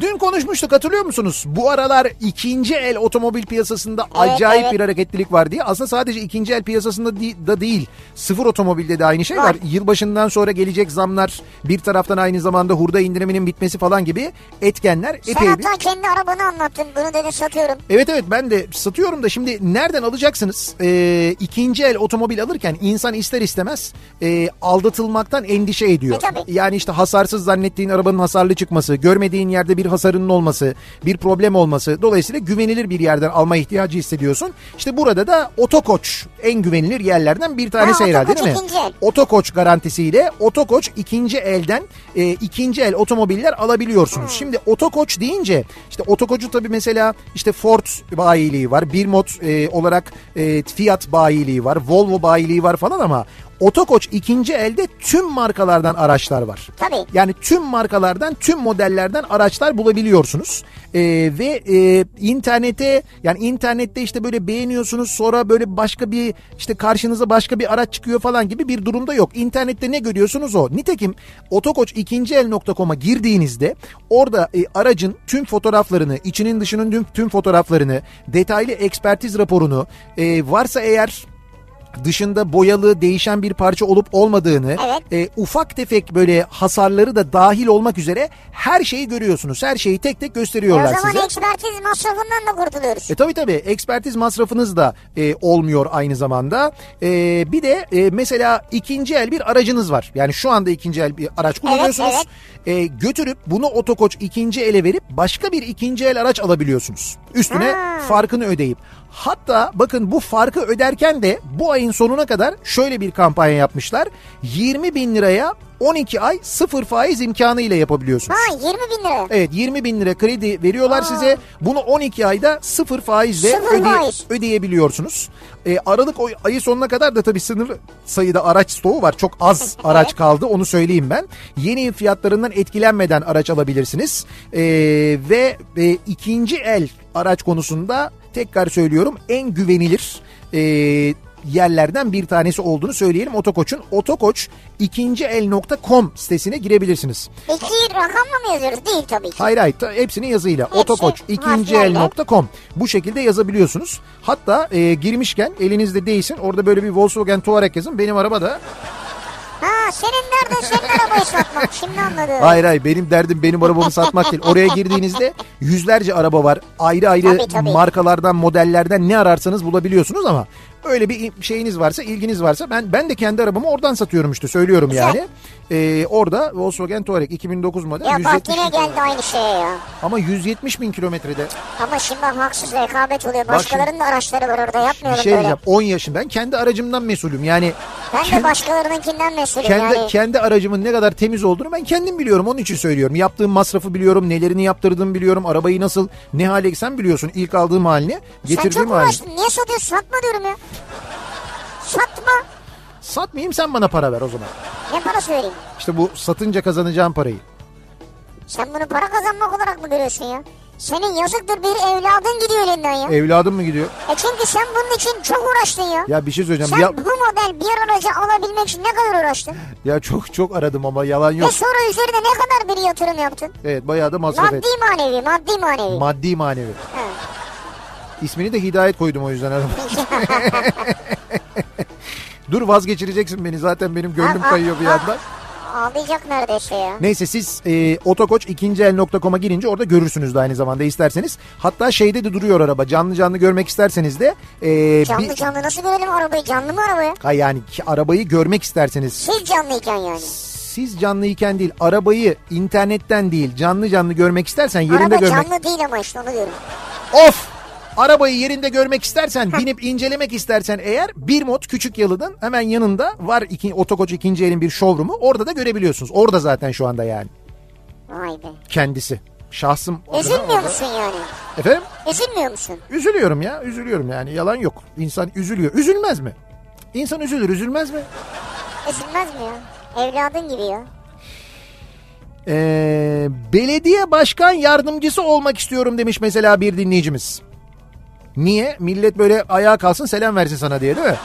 S3: Dün konuşmuştuk hatırlıyor musunuz? Bu aralar ikinci el otomobil piyasasında
S2: Evet,
S3: acayip
S2: evet.
S3: bir hareketlilik var diye. Aslında sadece ikinci el piyasasında di- da değil. Sıfır otomobilde de aynı şey var.
S2: Var.
S3: Yılbaşından sonra gelecek zamlar bir taraftan aynı zamanda hurda indiriminin bitmesi falan gibi etkenler
S2: Sen
S3: epey bir...
S2: hatta kendi arabanı anlattın. Bunu dedin satıyorum.
S3: Evet evet ben de satıyorum da şimdi nereden alacaksınız? Ee, ikinci el otomobil alırken insan ister istemez e, aldatılmaktan endişe ediyor.
S2: E, tabii.
S3: Yani işte hasarsız zannettiğin arabanın hasarlı çıkması, görmediğin yerde bir hasarının olması, bir problem olması. Dolayısıyla güvenilir bir yerden alma ihtiyacı hissediyorsun. İşte burada da Otokoç en güvenilir yerlerden bir tanesi
S2: Ha,
S3: şey herhalde
S2: Otokoç
S3: değil mi?
S2: ikinci el.
S3: Otokoç garantisiyle Otokoç ikinci elden e, ikinci el otomobiller alabiliyorsunuz.
S2: Hmm.
S3: Şimdi Otokoç deyince işte Otokoç'u tabii mesela işte Ford bayiliği var. Birmot e, olarak e, Fiat bayiliği var. Volvo bayiliği var falan ama Otokoç ikinci elde tüm markalardan araçlar var.
S2: Tabii. E,
S3: Yani tüm markalardan, tüm modellerden araçlar bulabiliyorsunuz. Ee, ve e, internete yani internette işte böyle beğeniyorsunuz sonra böyle başka bir işte karşınıza başka bir araç çıkıyor falan gibi bir durumda yok. İnternette ne görüyorsunuz o. Nitekim otokoç ikinci el.com'a girdiğinizde orada e, aracın tüm fotoğraflarını, içinin dışının tüm, tüm fotoğraflarını, detaylı ekspertiz raporunu e, varsa eğer dışında boyalı değişen bir parça olup olmadığını e, ufak tefek böyle hasarları da dahil olmak üzere her şeyi görüyorsunuz. Her şeyi tek tek
S2: O
S3: gösteriyorlar
S2: zaman
S3: size.
S2: ekspertiz masrafından da kurtuluyoruz.
S3: E tabii tabii ekspertiz masrafınız da e, olmuyor aynı zamanda. E, bir de e, mesela ikinci el bir aracınız var. Yani şu anda ikinci el bir araç kullanıyorsunuz. E, götürüp bunu otokoç ikinci ele verip başka bir ikinci el araç alabiliyorsunuz. Üstüne farkını ödeyip. Hatta bakın bu farkı öderken de bu ayın ayın sonuna kadar şöyle bir kampanya yapmışlar. 20 bin liraya 12 ay sıfır faiz imkanı ile yapabiliyorsunuz.
S2: Ha 20 bin lira.
S3: Evet 20 bin lira kredi veriyorlar size. Bunu 12 ayda sıfır faizle
S2: Sıfır
S3: öde-
S2: faiz.
S3: ödeyebiliyorsunuz. Ee, Aralık oy- ayı sonuna kadar da tabii sınır sayıda araç stoğu var. Çok az araç kaldı onu söyleyeyim ben. Yeni yıl fiyatlarından etkilenmeden araç alabilirsiniz. Ee, ve e, ikinci el araç konusunda tekrar söylüyorum en güvenilir e, yerlerden bir tanesi olduğunu söyleyelim Otokoç'un. Otokoç ikinciel.com sitesine girebilirsiniz.
S2: İki rakamla mı yazıyoruz? Değil tabii ki.
S3: Hayır hayır ta- hepsinin yazıyla.
S2: Hepsi
S3: Otokoç ikinciel.com bu şekilde yazabiliyorsunuz. Hatta e, girmişken elinizde değilsin orada böyle bir Volkswagen Touareg yazın benim araba da.
S2: Ha senin nerede senin arabayı satmak? Şimdi anladım.
S3: Hayır hayır benim derdim benim arabamı satmak değil. Oraya girdiğinizde yüzlerce araba var. Ayrı ayrı
S2: Tabii, tabii.
S3: markalardan modellerden ne ararsanız bulabiliyorsunuz ama öyle bir şeyiniz varsa ilginiz varsa ben ben de kendi arabamı oradan satıyorum işte söylüyorum yani. E, orada Volkswagen Touareg 2009 model
S2: Ya bak
S3: 170
S2: yine geldi aynı şeye ya.
S3: ama 170 bin kilometrede.
S2: Ama şimdi bak haksız rekabet oluyor.
S3: şimdi-
S2: Başkalarının da araçları var orada
S3: Bir
S2: yapmıyorum
S3: şey
S2: böyle.
S3: diyeceğim 10 yaşım ben kendi aracımdan mesulüm yani
S2: Ben de başkalarınınkinden mesulüm
S3: kendi
S2: yani.
S3: kendi aracımın ne kadar temiz olduğunu ben kendim biliyorum onun için söylüyorum yaptığım masrafı biliyorum nelerini yaptırdığımı biliyorum arabayı nasıl ne hale sen biliyorsun ilk aldığım halini
S2: Sen çok
S3: getirdiğim halini
S2: uğraştın. Niye satıyorsun? Satma diyorum ya. Satma.
S3: satmayayım sen bana para ver o zaman
S2: Ne parası vereyim?
S3: işte bu satınca kazanacağım parayı
S2: Sen bunu para kazanmak olarak mı görüyorsun ya? Senin yazıktır bir evladın gidiyor elinden ya.
S3: evladım mı gidiyor
S2: E çünkü sen bunun için çok uğraştın ya.
S3: ya bir şey
S2: sen
S3: söyleyeceğim ya,
S2: bu model bir aracı alabilmek için ne kadar uğraştın?
S3: ya çok çok aradım ama yalan
S2: Ve
S3: yok
S2: sonra üzerine ne kadar bir yatırım yaptın?
S3: evet bayağı da masraf
S2: Maddi
S3: ettim
S2: manevi, maddi manevi.
S3: maddi manevi
S2: Ha.
S3: İsmini de Hidayet koydum o yüzden araba. Dur vazgeçireceksin beni zaten benim
S2: Ah,
S3: gönlüm kayıyor bir yandan.
S2: Ağlayacak neredeyse ya.
S3: Neyse siz e, otokoç ikinciel.com'a girince orada görürsünüz de aynı zamanda isterseniz. Hatta şeyde de duruyor araba canlı canlı görmek isterseniz de. E,
S2: Canlı
S3: bir-
S2: canlı nasıl görelim arabayı? Canlı mı arabaya?
S3: Ha, yani ki- arabayı görmek isterseniz
S2: Siz canlıyken yani.
S3: siz canlıyken değil arabayı internetten değil canlı canlı görmek istersen yerinde
S2: Araba
S3: görmek.
S2: canlı değil ama işte onu diyorum.
S3: Of! Arabayı yerinde görmek istersen, binip incelemek istersen eğer bir mod küçük yalıdan hemen yanında var iki, otokoç ikinci elin bir showroom'u. Orada da görebiliyorsunuz. Orada zaten şu anda yani
S2: Vay be.
S3: kendisi. Şahsım.
S2: Üzülmüyor musun yani?
S3: Efendim?
S2: Üzülmüyor musun?
S3: Üzülüyorum ya. Üzülüyorum yani. Yalan yok. İnsan üzülüyor. Üzülmez mi? İnsan üzülür. Üzülmez mi?
S2: Üzülmez mi ya? Evladın gibi ya.
S3: Ee, belediye başkan yardımcısı olmak istiyorum demiş mesela bir dinleyicimiz. Niye? Millet böyle ayağa kalsın selam versin sana diye değil mi?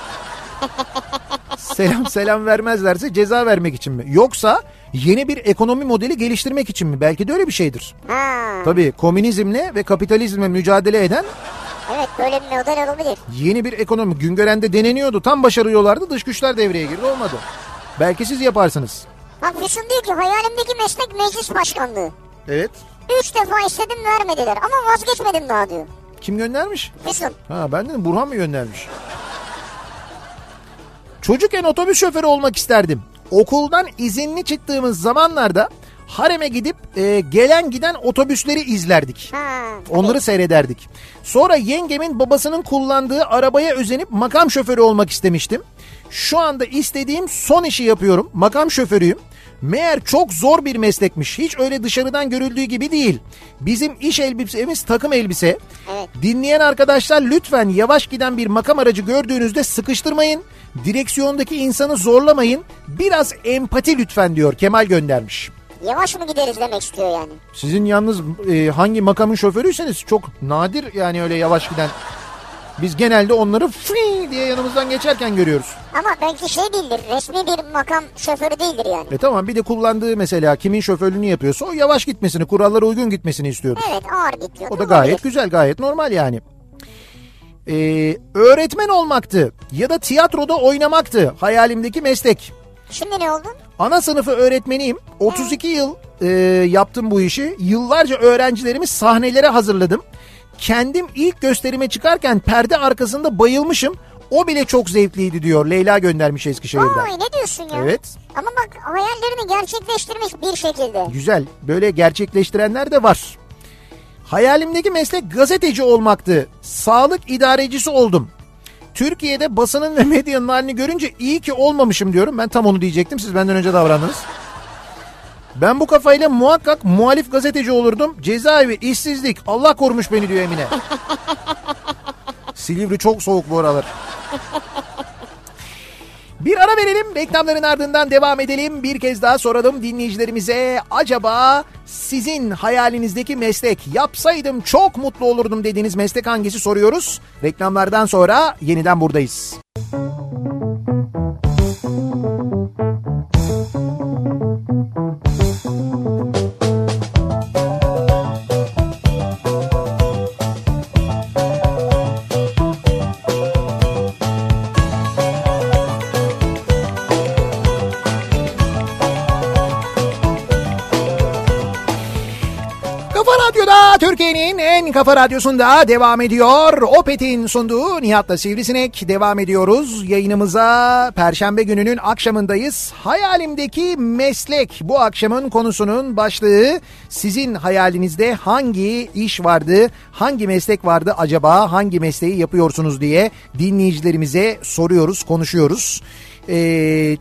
S3: selam selam vermezlerse ceza vermek için mi? Yoksa yeni bir ekonomi modeli geliştirmek için mi? Belki de öyle bir şeydir.
S2: Ha.
S3: Tabii komünizmle ve kapitalizmle mücadele eden
S2: Evet böyle bir model olabilir.
S3: yeni bir ekonomi. Güngören'de deneniyordu. Tam başarıyorlardı. Dış güçler devreye girdi. Olmadı. Belki siz yaparsınız.
S2: Bak Füsun diyor ki hayalimdeki meslek meclis başkanlığı.
S3: Evet.
S2: Üç defa istedim vermediler ama vazgeçmedim daha diyor.
S3: Kim göndermiş?
S2: Füsun.
S3: Ha ben dedim Burhan mı göndermiş? Çocukken otobüs şoförü olmak isterdim. Okuldan izinli çıktığımız zamanlarda hareme gidip e, gelen giden otobüsleri izlerdik.
S2: Ha.
S3: Onları seyrederdik. Sonra yengemin babasının kullandığı arabaya özenip makam şoförü olmak istemiştim. Şu anda istediğim son işi yapıyorum. Makam şoförüyüm. Meğer çok zor bir meslekmiş. Hiç öyle dışarıdan görüldüğü gibi değil. Bizim iş elbisemiz takım elbise.
S2: Evet.
S3: Dinleyen arkadaşlar lütfen yavaş giden bir makam aracı gördüğünüzde sıkıştırmayın. Direksiyondaki insanı zorlamayın. Biraz empati lütfen diyor Kemal göndermiş.
S2: Yavaş mı gideriz demek istiyor yani.
S3: Sizin yalnız e, hangi makamın şoförüyseniz çok nadir yani öyle yavaş giden. Biz genelde onları fıy diye yanımızdan geçerken görüyoruz.
S2: Ama belki şey değildir. Resmi bir makam şoförü değildir yani.
S3: E tamam bir de kullandığı mesela kimin şoförlüğünü yapıyorsa o yavaş gitmesini, kurallara uygun gitmesini istiyoruz.
S2: Evet ağır gidiyor.
S3: O da gayet güzel, gayet normal yani. E, öğretmen olmaktı ya da tiyatroda oynamaktı hayalimdeki meslek.
S2: Şimdi ne oldun?
S3: Ana sınıfı öğretmeniyim. 32 yıl e, yaptım bu işi. Yıllarca öğrencilerimi sahnelere hazırladım. Kendim ilk gösterime çıkarken perde arkasında bayılmışım. O bile çok zevkliydi diyor. Leyla göndermiş Eskişehir'den.
S2: Vay ne diyorsun ya?
S3: Evet.
S2: Ama bak hayallerini gerçekleştirmiş bir şekilde.
S3: Güzel. Böyle gerçekleştirenler de var. Hayalimdeki meslek gazeteci olmaktı. Sağlık idarecisi oldum. Türkiye'de basının ve medyanın halini görünce iyi ki olmamışım diyorum. Ben tam onu diyecektim. Siz benden önce davrandınız. Ben bu kafayla muhakkak muhalif gazeteci olurdum. Cezaevi, işsizlik, Allah korumuş beni diyor Emine. Silivri çok soğuk bu aralar. Bir ara verelim. Reklamların ardından devam edelim. Bir kez daha soralım dinleyicilerimize. Acaba sizin hayalinizdeki meslek yapsaydım çok mutlu olurdum dediğiniz meslek hangisi soruyoruz. Reklamlardan sonra yeniden buradayız. Kafa Radyo'da Türkiye'nin en kafa radyosunda devam ediyor. Opet'in sunduğu Nihat'la Sivrisinek devam ediyoruz. Yayınımıza Perşembe gününün akşamındayız. Hayalimdeki meslek bu akşamın konusunun başlığı. Sizin hayalinizde hangi iş vardı, hangi meslek vardı acaba, hangi mesleği yapıyorsunuz diye dinleyicilerimize soruyoruz, konuşuyoruz. Ee,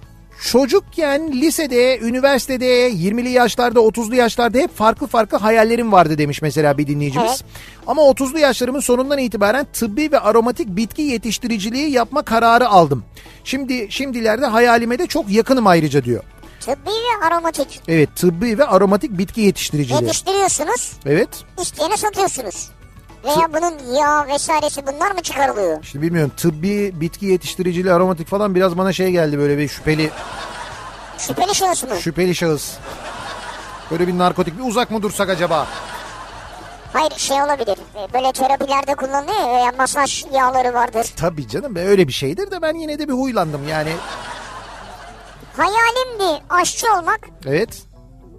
S3: Çocukken lisede, üniversitede, 20'li yaşlarda, 30'lu yaşlarda hep farklı farklı hayallerim vardı demiş mesela bir dinleyicimiz.
S2: Evet.
S3: Ama 30'lu yaşlarımın sonundan itibaren tıbbi ve aromatik bitki yetiştiriciliği yapma kararı aldım. Şimdi şimdilerde hayalime de çok yakınım ayrıca diyor.
S2: Tıbbi ve aromatik.
S3: Evet, tıbbi ve aromatik bitki yetiştiriciliği.
S2: Yetiştiriyorsunuz,
S3: Evet.
S2: isteyene satıyorsunuz. Veya bunun yağ vesairesi bunlar mı çıkarılıyor?
S3: İşte bilmiyorum tıbbi bitki yetiştiriciliği aromatik falan biraz bana şey geldi böyle bir şüpheli
S2: Şüpheli şahıs mı?
S3: şüpheli şahıs. Böyle bir narkotik bir uzak mı dursak acaba?
S2: Hayır şey olabilir. E, Böyle terapilerde kullanılıyor ya, veya masaj yağları vardır.
S3: Tabii canım be, öyle bir şeydir de ben yine de bir huylandım yani.
S2: Hayalimdi aşçı olmak.
S3: Evet.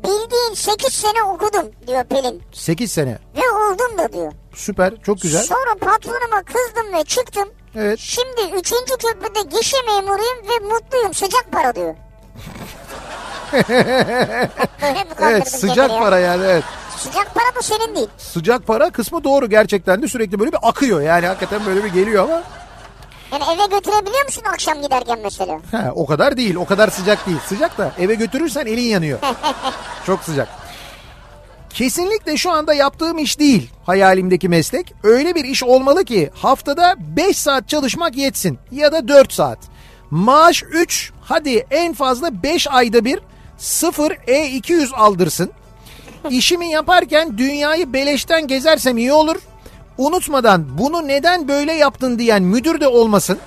S2: Bildiğin 8 sene okudum diyor Pelin.
S3: 8 sene.
S2: Ve oldum da diyor.
S3: Süper. Çok güzel.
S2: Sonra patronuma kızdım ve çıktım.
S3: Evet.
S2: Şimdi 3. köprüde gişe memuruyum ve mutluyum sıcak para diyor. Böyle mi kandırdın
S3: Evet sıcak
S2: kendini ya?
S3: para yani evet.
S2: Sıcak para bu senin değil.
S3: Sıcak para kısmı doğru gerçekten de sürekli böyle bir akıyor yani hakikaten böyle bir geliyor ama
S2: Yani eve götürebiliyor musun akşam giderken mesela?
S3: he, o kadar değil o kadar sıcak değil. Sıcak da eve götürürsen elin yanıyor. Çok sıcak. Kesinlikle şu anda yaptığım iş değil hayalimdeki meslek. Öyle bir iş olmalı ki haftada 5 saat çalışmak yetsin ya da 4 saat. Maaş 3 hadi en fazla 5 ayda bir 0 E200 aldırsın. İşimi yaparken dünyayı beleşten gezersem iyi olur. Unutmadan bunu neden böyle yaptın diyen müdür de olmasın.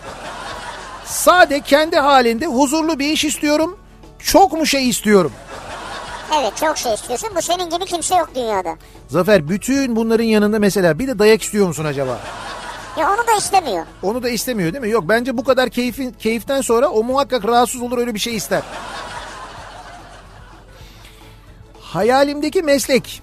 S3: Sade kendi halinde huzurlu bir iş istiyorum. Çok mu şey istiyorum?
S2: Evet çok şey istiyorsun. Bu senin gibi kimse yok dünyada.
S3: Zafer bütün bunların yanında mesela bir de dayak istiyor musun acaba?
S2: Ya onu da istemiyor.
S3: Onu da istemiyor değil mi? Yok bence bu kadar keyfin, keyiften sonra o muhakkak rahatsız olur öyle bir şey ister. Hayalimdeki meslek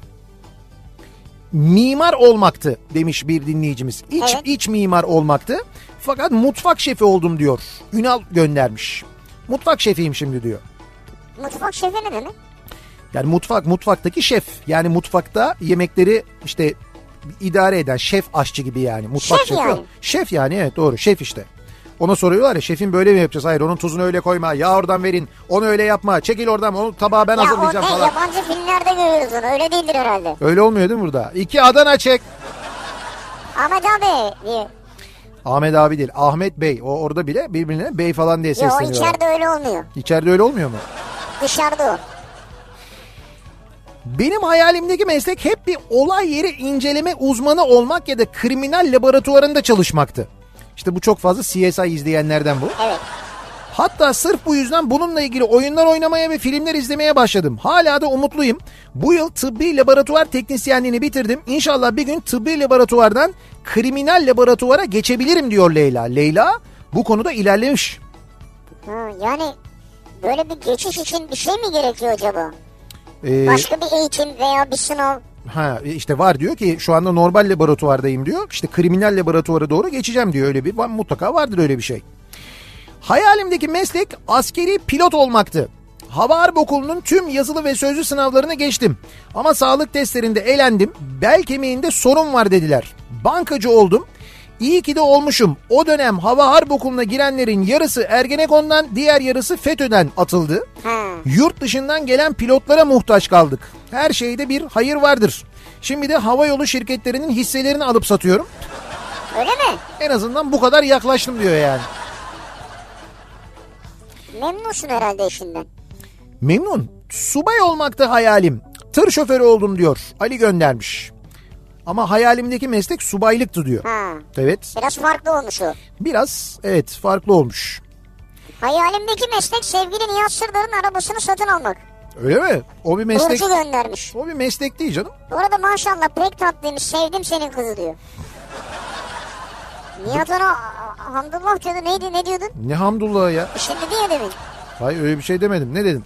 S3: mimar olmaktı demiş bir dinleyicimiz. İç,
S2: Evet.
S3: iç mimar olmaktı. Fakat mutfak şefi oldum diyor. Ünal göndermiş. Mutfak şefiyim şimdi diyor.
S2: Mutfak şefi ne demek?
S3: Yani mutfak mutfaktaki şef. Yani mutfakta yemekleri işte idare eden şef aşçı gibi yani. Mutfak
S2: Şef
S3: şefi.
S2: yani.
S3: Şef yani evet doğru şef işte. Ona soruyorlar ya şefin böyle mi yapacağız? Hayır onun tuzunu öyle koyma. Yağ oradan verin. Onu öyle yapma. Çekil oradan. Onu tabağa ben
S2: Ya o ne
S3: hazırlayacağım falan.
S2: yabancı filmlerde görüyoruz onu. Öyle değildir herhalde.
S3: Öyle olmuyor değil mi burada? İki Adana çek.
S2: Ahmet abi diye.
S3: Ahmet abi değil. Ahmet Bey. O orada bile birbirine bey falan diye
S2: Yo
S3: sesleniyorlar.
S2: içeride öyle olmuyor.
S3: İçeride öyle olmuyor mu?
S2: Dışarıda o.
S3: Benim hayalimdeki meslek hep bir olay yeri inceleme uzmanı olmak ya da kriminal laboratuvarında çalışmaktı. İşte bu çok fazla CSI izleyenlerden bu.
S2: Evet.
S3: Hatta sırf bu yüzden bununla ilgili oyunlar oynamaya ve filmler izlemeye başladım. Hala da umutluyum. Bu yıl tıbbi laboratuvar teknisyenliğini bitirdim. İnşallah bir gün tıbbi laboratuvardan kriminal laboratuvara geçebilirim diyor Leyla. Leyla bu konuda ilerlemiş.
S2: Ha, yani böyle bir geçiş için bir şey mi gerekiyor acaba?
S3: Ee,
S2: Başka bir eğitim veya bir sınav.
S3: Ha e, işte var diyor ki şu anda normal laboratuvardayım diyor. İşte kriminal laboratuvara doğru geçeceğim diyor öyle bir var- mutlaka vardır öyle bir şey. Hayalimdeki meslek askeri pilot olmaktı. Hava Harp Okulu'nun tüm yazılı ve sözlü sınavlarını geçtim. Ama sağlık testlerinde elendim. Bel kemiğinde sorun var dediler. Bankacı oldum. İyi ki de olmuşum. O dönem hava harp okuluna girenlerin yarısı Ergenekon'dan diğer yarısı FETÖ'den atıldı. Yurt dışından gelen pilotlara muhtaç kaldık. Her şeyde bir hayır vardır. Şimdi de havayolu şirketlerinin hisselerini alıp satıyorum.
S2: Öyle mi?
S3: En azından bu kadar yaklaştım diyor yani.
S2: Memnunsun herhalde işinden.
S3: Memnun. Subay olmakta hayalim. Tır şoförü oldum diyor. Ali göndermiş. Ama hayalimdeki meslek subaylıktı diyor.
S2: Ha.
S3: Evet.
S2: Biraz farklı olmuş o.
S3: Biraz evet farklı olmuş.
S2: Hayalimdeki meslek sevgili Nihat Sırdar'ın arabasını satın almak.
S3: Öyle mi? O bir meslek.
S2: Burcu göndermiş.
S3: O bir meslek değil canım.
S2: Bu arada maşallah pek tatlıymış sevdim senin kızı diyor. Nihat ona "Aa, Hamdullah diyordu neydi ne diyordun?
S3: Ne hamdullah ya.
S2: Şimdi diye demin.
S3: Hayır öyle bir şey demedim. Ne dedim?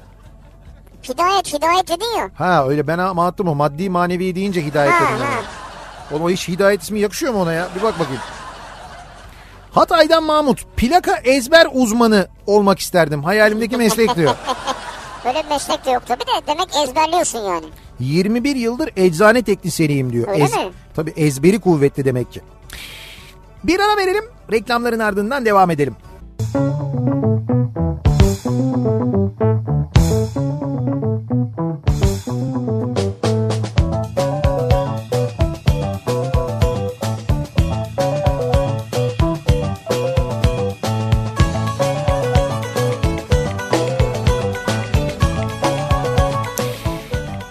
S2: Hidayet hidayet dedin ya.
S3: Ha öyle ben ama attım o. Maddi manevi deyince hidayet
S2: Ha
S3: dedim. ona.
S2: ha.
S3: Oğlum o hiç hidayet ismi yakışıyor mu ona ya? Bir bak bakayım. Hatay'dan Mahmut. Plaka ezber uzmanı olmak isterdim. Hayalimdeki meslek diyor.
S2: Böyle bir meslek de yok tabii de demek ezberliyorsun yani.
S3: 21 yıldır eczane teknisyeniyim diyor.
S2: Öyle mi?
S3: Tabii ezberi kuvvetli demek ki. Bir ara verelim. Reklamların ardından devam edelim.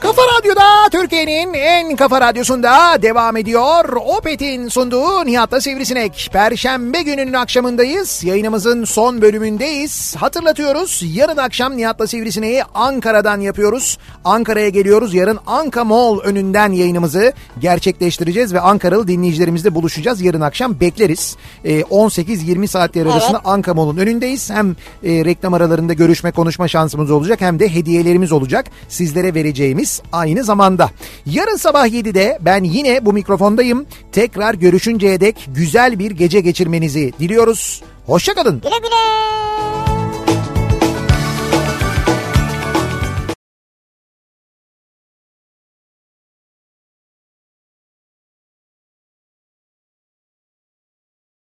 S3: Kafa Radyo'da Türkiye'nin en kafa radyosunda devam ediyor. Opet'in sunduğu Nihat'la Sivrisinek. Perşembe gününün akşamındayız. Yayınımızın son bölümündeyiz. Hatırlatıyoruz yarın akşam Nihat'la Sivrisinek'i Ankara'dan yapıyoruz. Ankara'ya geliyoruz. Yarın Anka Mall önünden yayınımızı gerçekleştireceğiz ve Ankaralı dinleyicilerimizle buluşacağız. Yarın akşam bekleriz. Ee, 18-20 saatleri arasında Anka Mall'un önündeyiz. Hem e, reklam aralarında görüşme konuşma şansımız olacak hem de hediyelerimiz olacak. Sizlere vereceğimiz aynı zamanda. Yarın sabah 7'de ben yine bu mikrofondayım. Tekrar görüşünceye dek güzel bir gece geçirmenizi diliyoruz. Hoşçakalın.
S2: Güle güle.